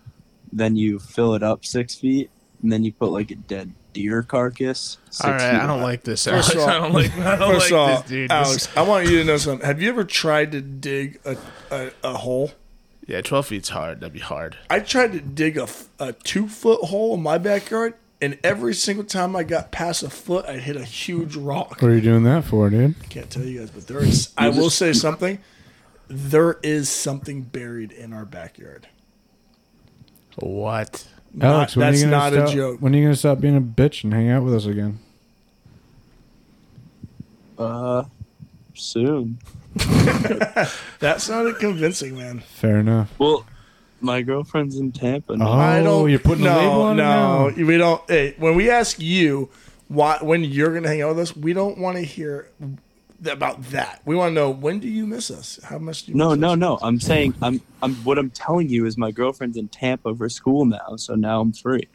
then you fill it up six feet, and then you put like a dead deer carcass. Six All right, feet I don't high. like this. First Alex. of <laughs> all- I don't like. I don't First like off, this dude. This- Alex, I want you to know something. Have you ever tried to dig a, a, a hole? yeah, twelve feet's hard. That'd be hard. I tried to dig a, f- a two foot hole in my backyard, and every single time I got past a foot, I hit a huge rock. What are you doing that for, dude? Can't tell you guys, but there is. I will say something. There is something buried in our backyard. What? Alex, when that's are you gonna not a stop- joke. When are you gonna stop being a bitch and hang out with us again? Uh, soon. That sounded convincing, man. Fair enough. Well, my girlfriend's in Tampa. now. Oh, you're putting no, a label on it no. now? We don't. Hey, when we ask you why, when you're gonna hang out with us, we don't want to hear th- about that. We want to know when do you miss us? How much do you? No, miss no, us? no. I'm saying I'm I'm what I'm telling you is my girlfriend's in Tampa for school now, so now I'm free.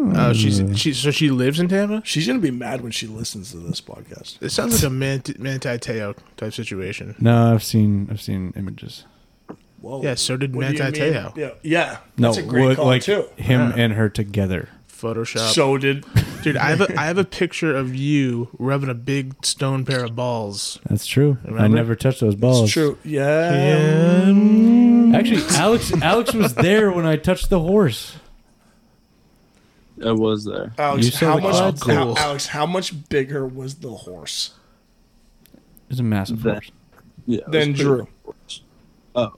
Oh, she's she. So she lives in Tampa. She's gonna be mad when she listens to this podcast. It sounds like a Manti, Manti Teo type situation. No, I've seen I've seen images. Whoa. Yeah, so did What do you Manti mean? Teo. Yeah, yeah. No, That's a great what- call like too. him Yeah. and her together. Photoshop. So did Dude, I have a I have a picture of you rubbing a big stone pair of balls. That's true. I Remember? never touched those balls. it's true. Yeah. And Um, Actually, Alex Alex was there when I touched the horse. I was there. Alex, You said how it much? was how- cool. Alex, how much bigger was the horse It's a massive That- horse. Yeah. it was than pretty- Drew? Oh,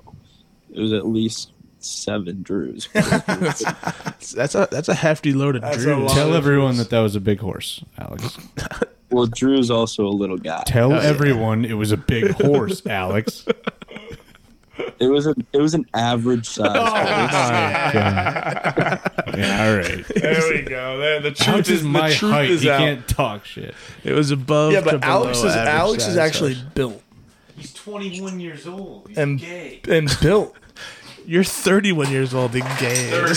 it was at least seven Drews. <laughs> That's a that's a hefty load of That's a Drews. lot. Tell that everyone was- that that was a big horse, Alex. well, Drew's also a little guy. Tell everyone it was a <laughs> big horse, <laughs> Alex. It was a it was an average size. Oh, Yeah, all right. There we go. There, the truth Alex is my height. He out. can't talk shit. It was above. Yeah, to but below Alex is average Alex is size actually horse. built He's 21 years old. He's and gay. and <laughs> built. You're 31 years old and gay.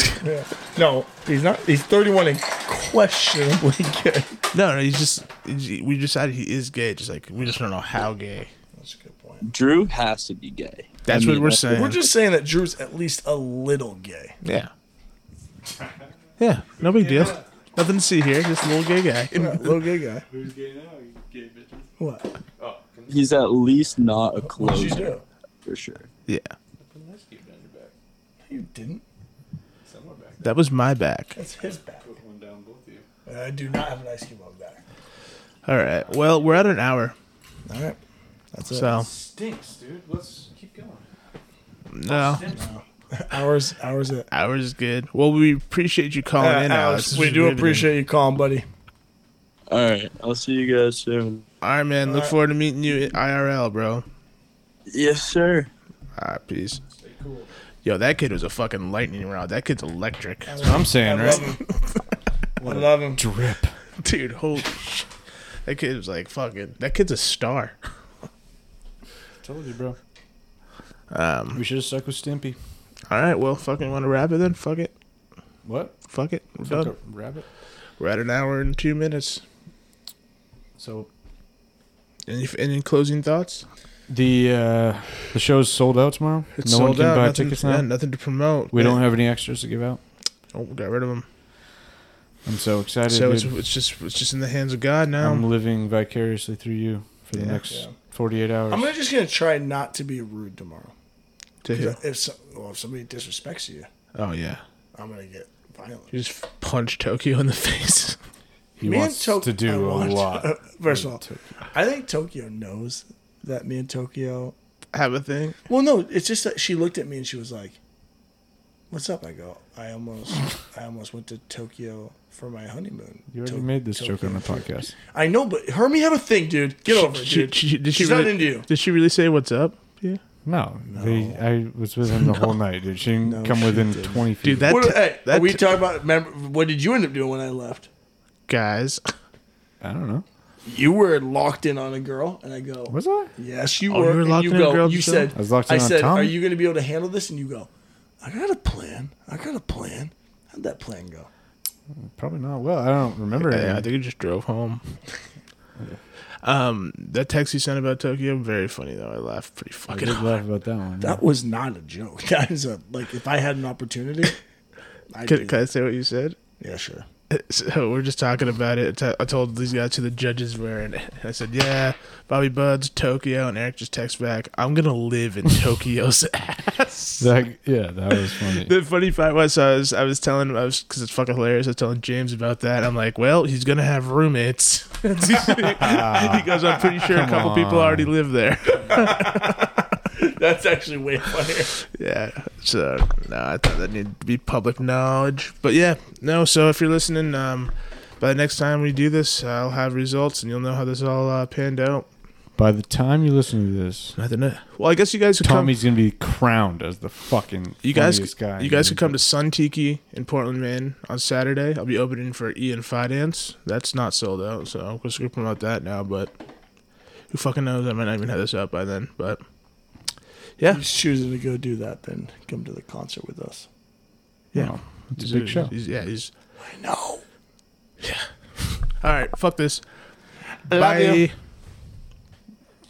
No, he's not. He's 31 and questionably <laughs> gay. No, no, he's just. We decided he is gay. Just like we just don't know how gay. That's a good point. Drew has to be gay. That's I mean, what we're that's- saying. We're just saying that Drew's at least a little gay. yeah. <laughs> Yeah, no big deal. Nothing to see here. Just a little gay guy. little gay guy. Who's gay now? You gay bitches. What? Oh, He's at least not a What'd you closer do? for sure. Yeah, Put an ice cube down your back. You didn't. Somewhere back. that was my back. That's his back. Put one down both of you. And I do not have an ice cube on my back. All right. Well, we're at an hour, All right. That's it. so Stinks, dude. Let's keep going. no. Hours. Hours. It. Hours is good. Well, we appreciate you calling in, Uh, Alex. This we is do riveting. appreciate you calling, buddy. All right, I'll see you guys soon. All right, man. Look right. forward to meeting you at IRL, bro. Yes, sir. All right, peace. Yo, that kid was a fucking lightning rod. That kid's electric, That's what I'm saying, I love right? him. I love him. Drip. dude. Holy shit. That kid was like fucking. That kid's a star. Told you, bro. Um, we should have stuck with Stimpy. All right, well, fucking want to wrap it then? Fuck it. What? Fuck it. We're Fuck done. a rabbit. We're at an hour and two minutes. So Any any closing thoughts? the uh, the show's sold out tomorrow. no one can buy nothing, tickets now. yeah, nothing to promote. we Yeah. don't have any extras to give out. Oh, we got rid of them. I'm so excited. So it's, dude. it's just it's just in the hands of God now. I'm living vicariously through you for the Yeah. next Yeah. 48 hours. I'm gonna- just gonna try not to be rude tomorrow. to <laughs> who? If so, well, if somebody disrespects you, Oh yeah, I'm gonna get violent. you just punch Tokyo in the <laughs> face. he Me and wants Tok- to I do a want- lot. <laughs> First of all, I think Tokyo knows that me and Tokyo. have a thing. Well, no, it's just that she looked at me and she was like, "What's up?" I go, "I almost, I almost went to Tokyo for my honeymoon." You already To- made this joke on the Tokyo. podcast. I know, but her me have a thing, dude. Get over it, She- dude. she- did she She's really, not into you. Did she really say what's up? Yeah, No, They, I was with him the whole night, dude. She didn't No, come she within didn't. 20 feet. Dude, of that- me. What, hey, that- are we talking about? Remember, what did you end up doing when I left? guys. <laughs> I don't know. You were locked in on a girl, and I go, Was I? Yes, you Oh, were. you were and locked you in on go, girls You yourself? said, I was locked I in on said, Tom. are you going to be able to handle this? And you go, I got a plan. I got a plan. How'd that plan go? Probably not. Well, I don't remember. Yeah, I anything. think he just drove home. um, that text you sent about Tokyo, very funny though. I laughed pretty I fucking did hard. laugh about that one. That was not a joke. <laughs> That is a like. If I had an opportunity, <laughs> I Can, could. can I say what you said? Yeah, sure. <laughs> So we're just talking about it. I told these guys who the judges were, and I said, "Yeah, Bobby Buds, Tokyo," and Eric just texts back, "I'm gonna live <laughs> in Tokyo's ass." That- yeah, that was <laughs> funny. the funny part was I was I was telling I was because it's fucking hilarious. I was telling James about that. I'm like, well, he's gonna have roommates. <laughs> he goes, I'm pretty sure a couple people already live there. That's actually way funnier. yeah. So no, I thought that needed to be public knowledge. But yeah, no. So if you're listening, um, by the next time we do this, I'll have results and you'll know how this all uh, panned out. By the time you listen to this, Nothing. to- Well, I guess you guys could come. Tommy's gonna be crowned as the fucking You guys, funniest guy. you guys could come to Sun Tiki in Portland, Maine, on Saturday. I'll be opening for Ian Finance. That's not sold out, so we're just gonna promote that now. But who fucking knows? I might not even have this out by then. But yeah, He's choosing to go do that, then come to the concert with us. yeah, Wow, it's He's- a big show. he's- yeah, he's I know. all right. Fuck this. Love Bye. you.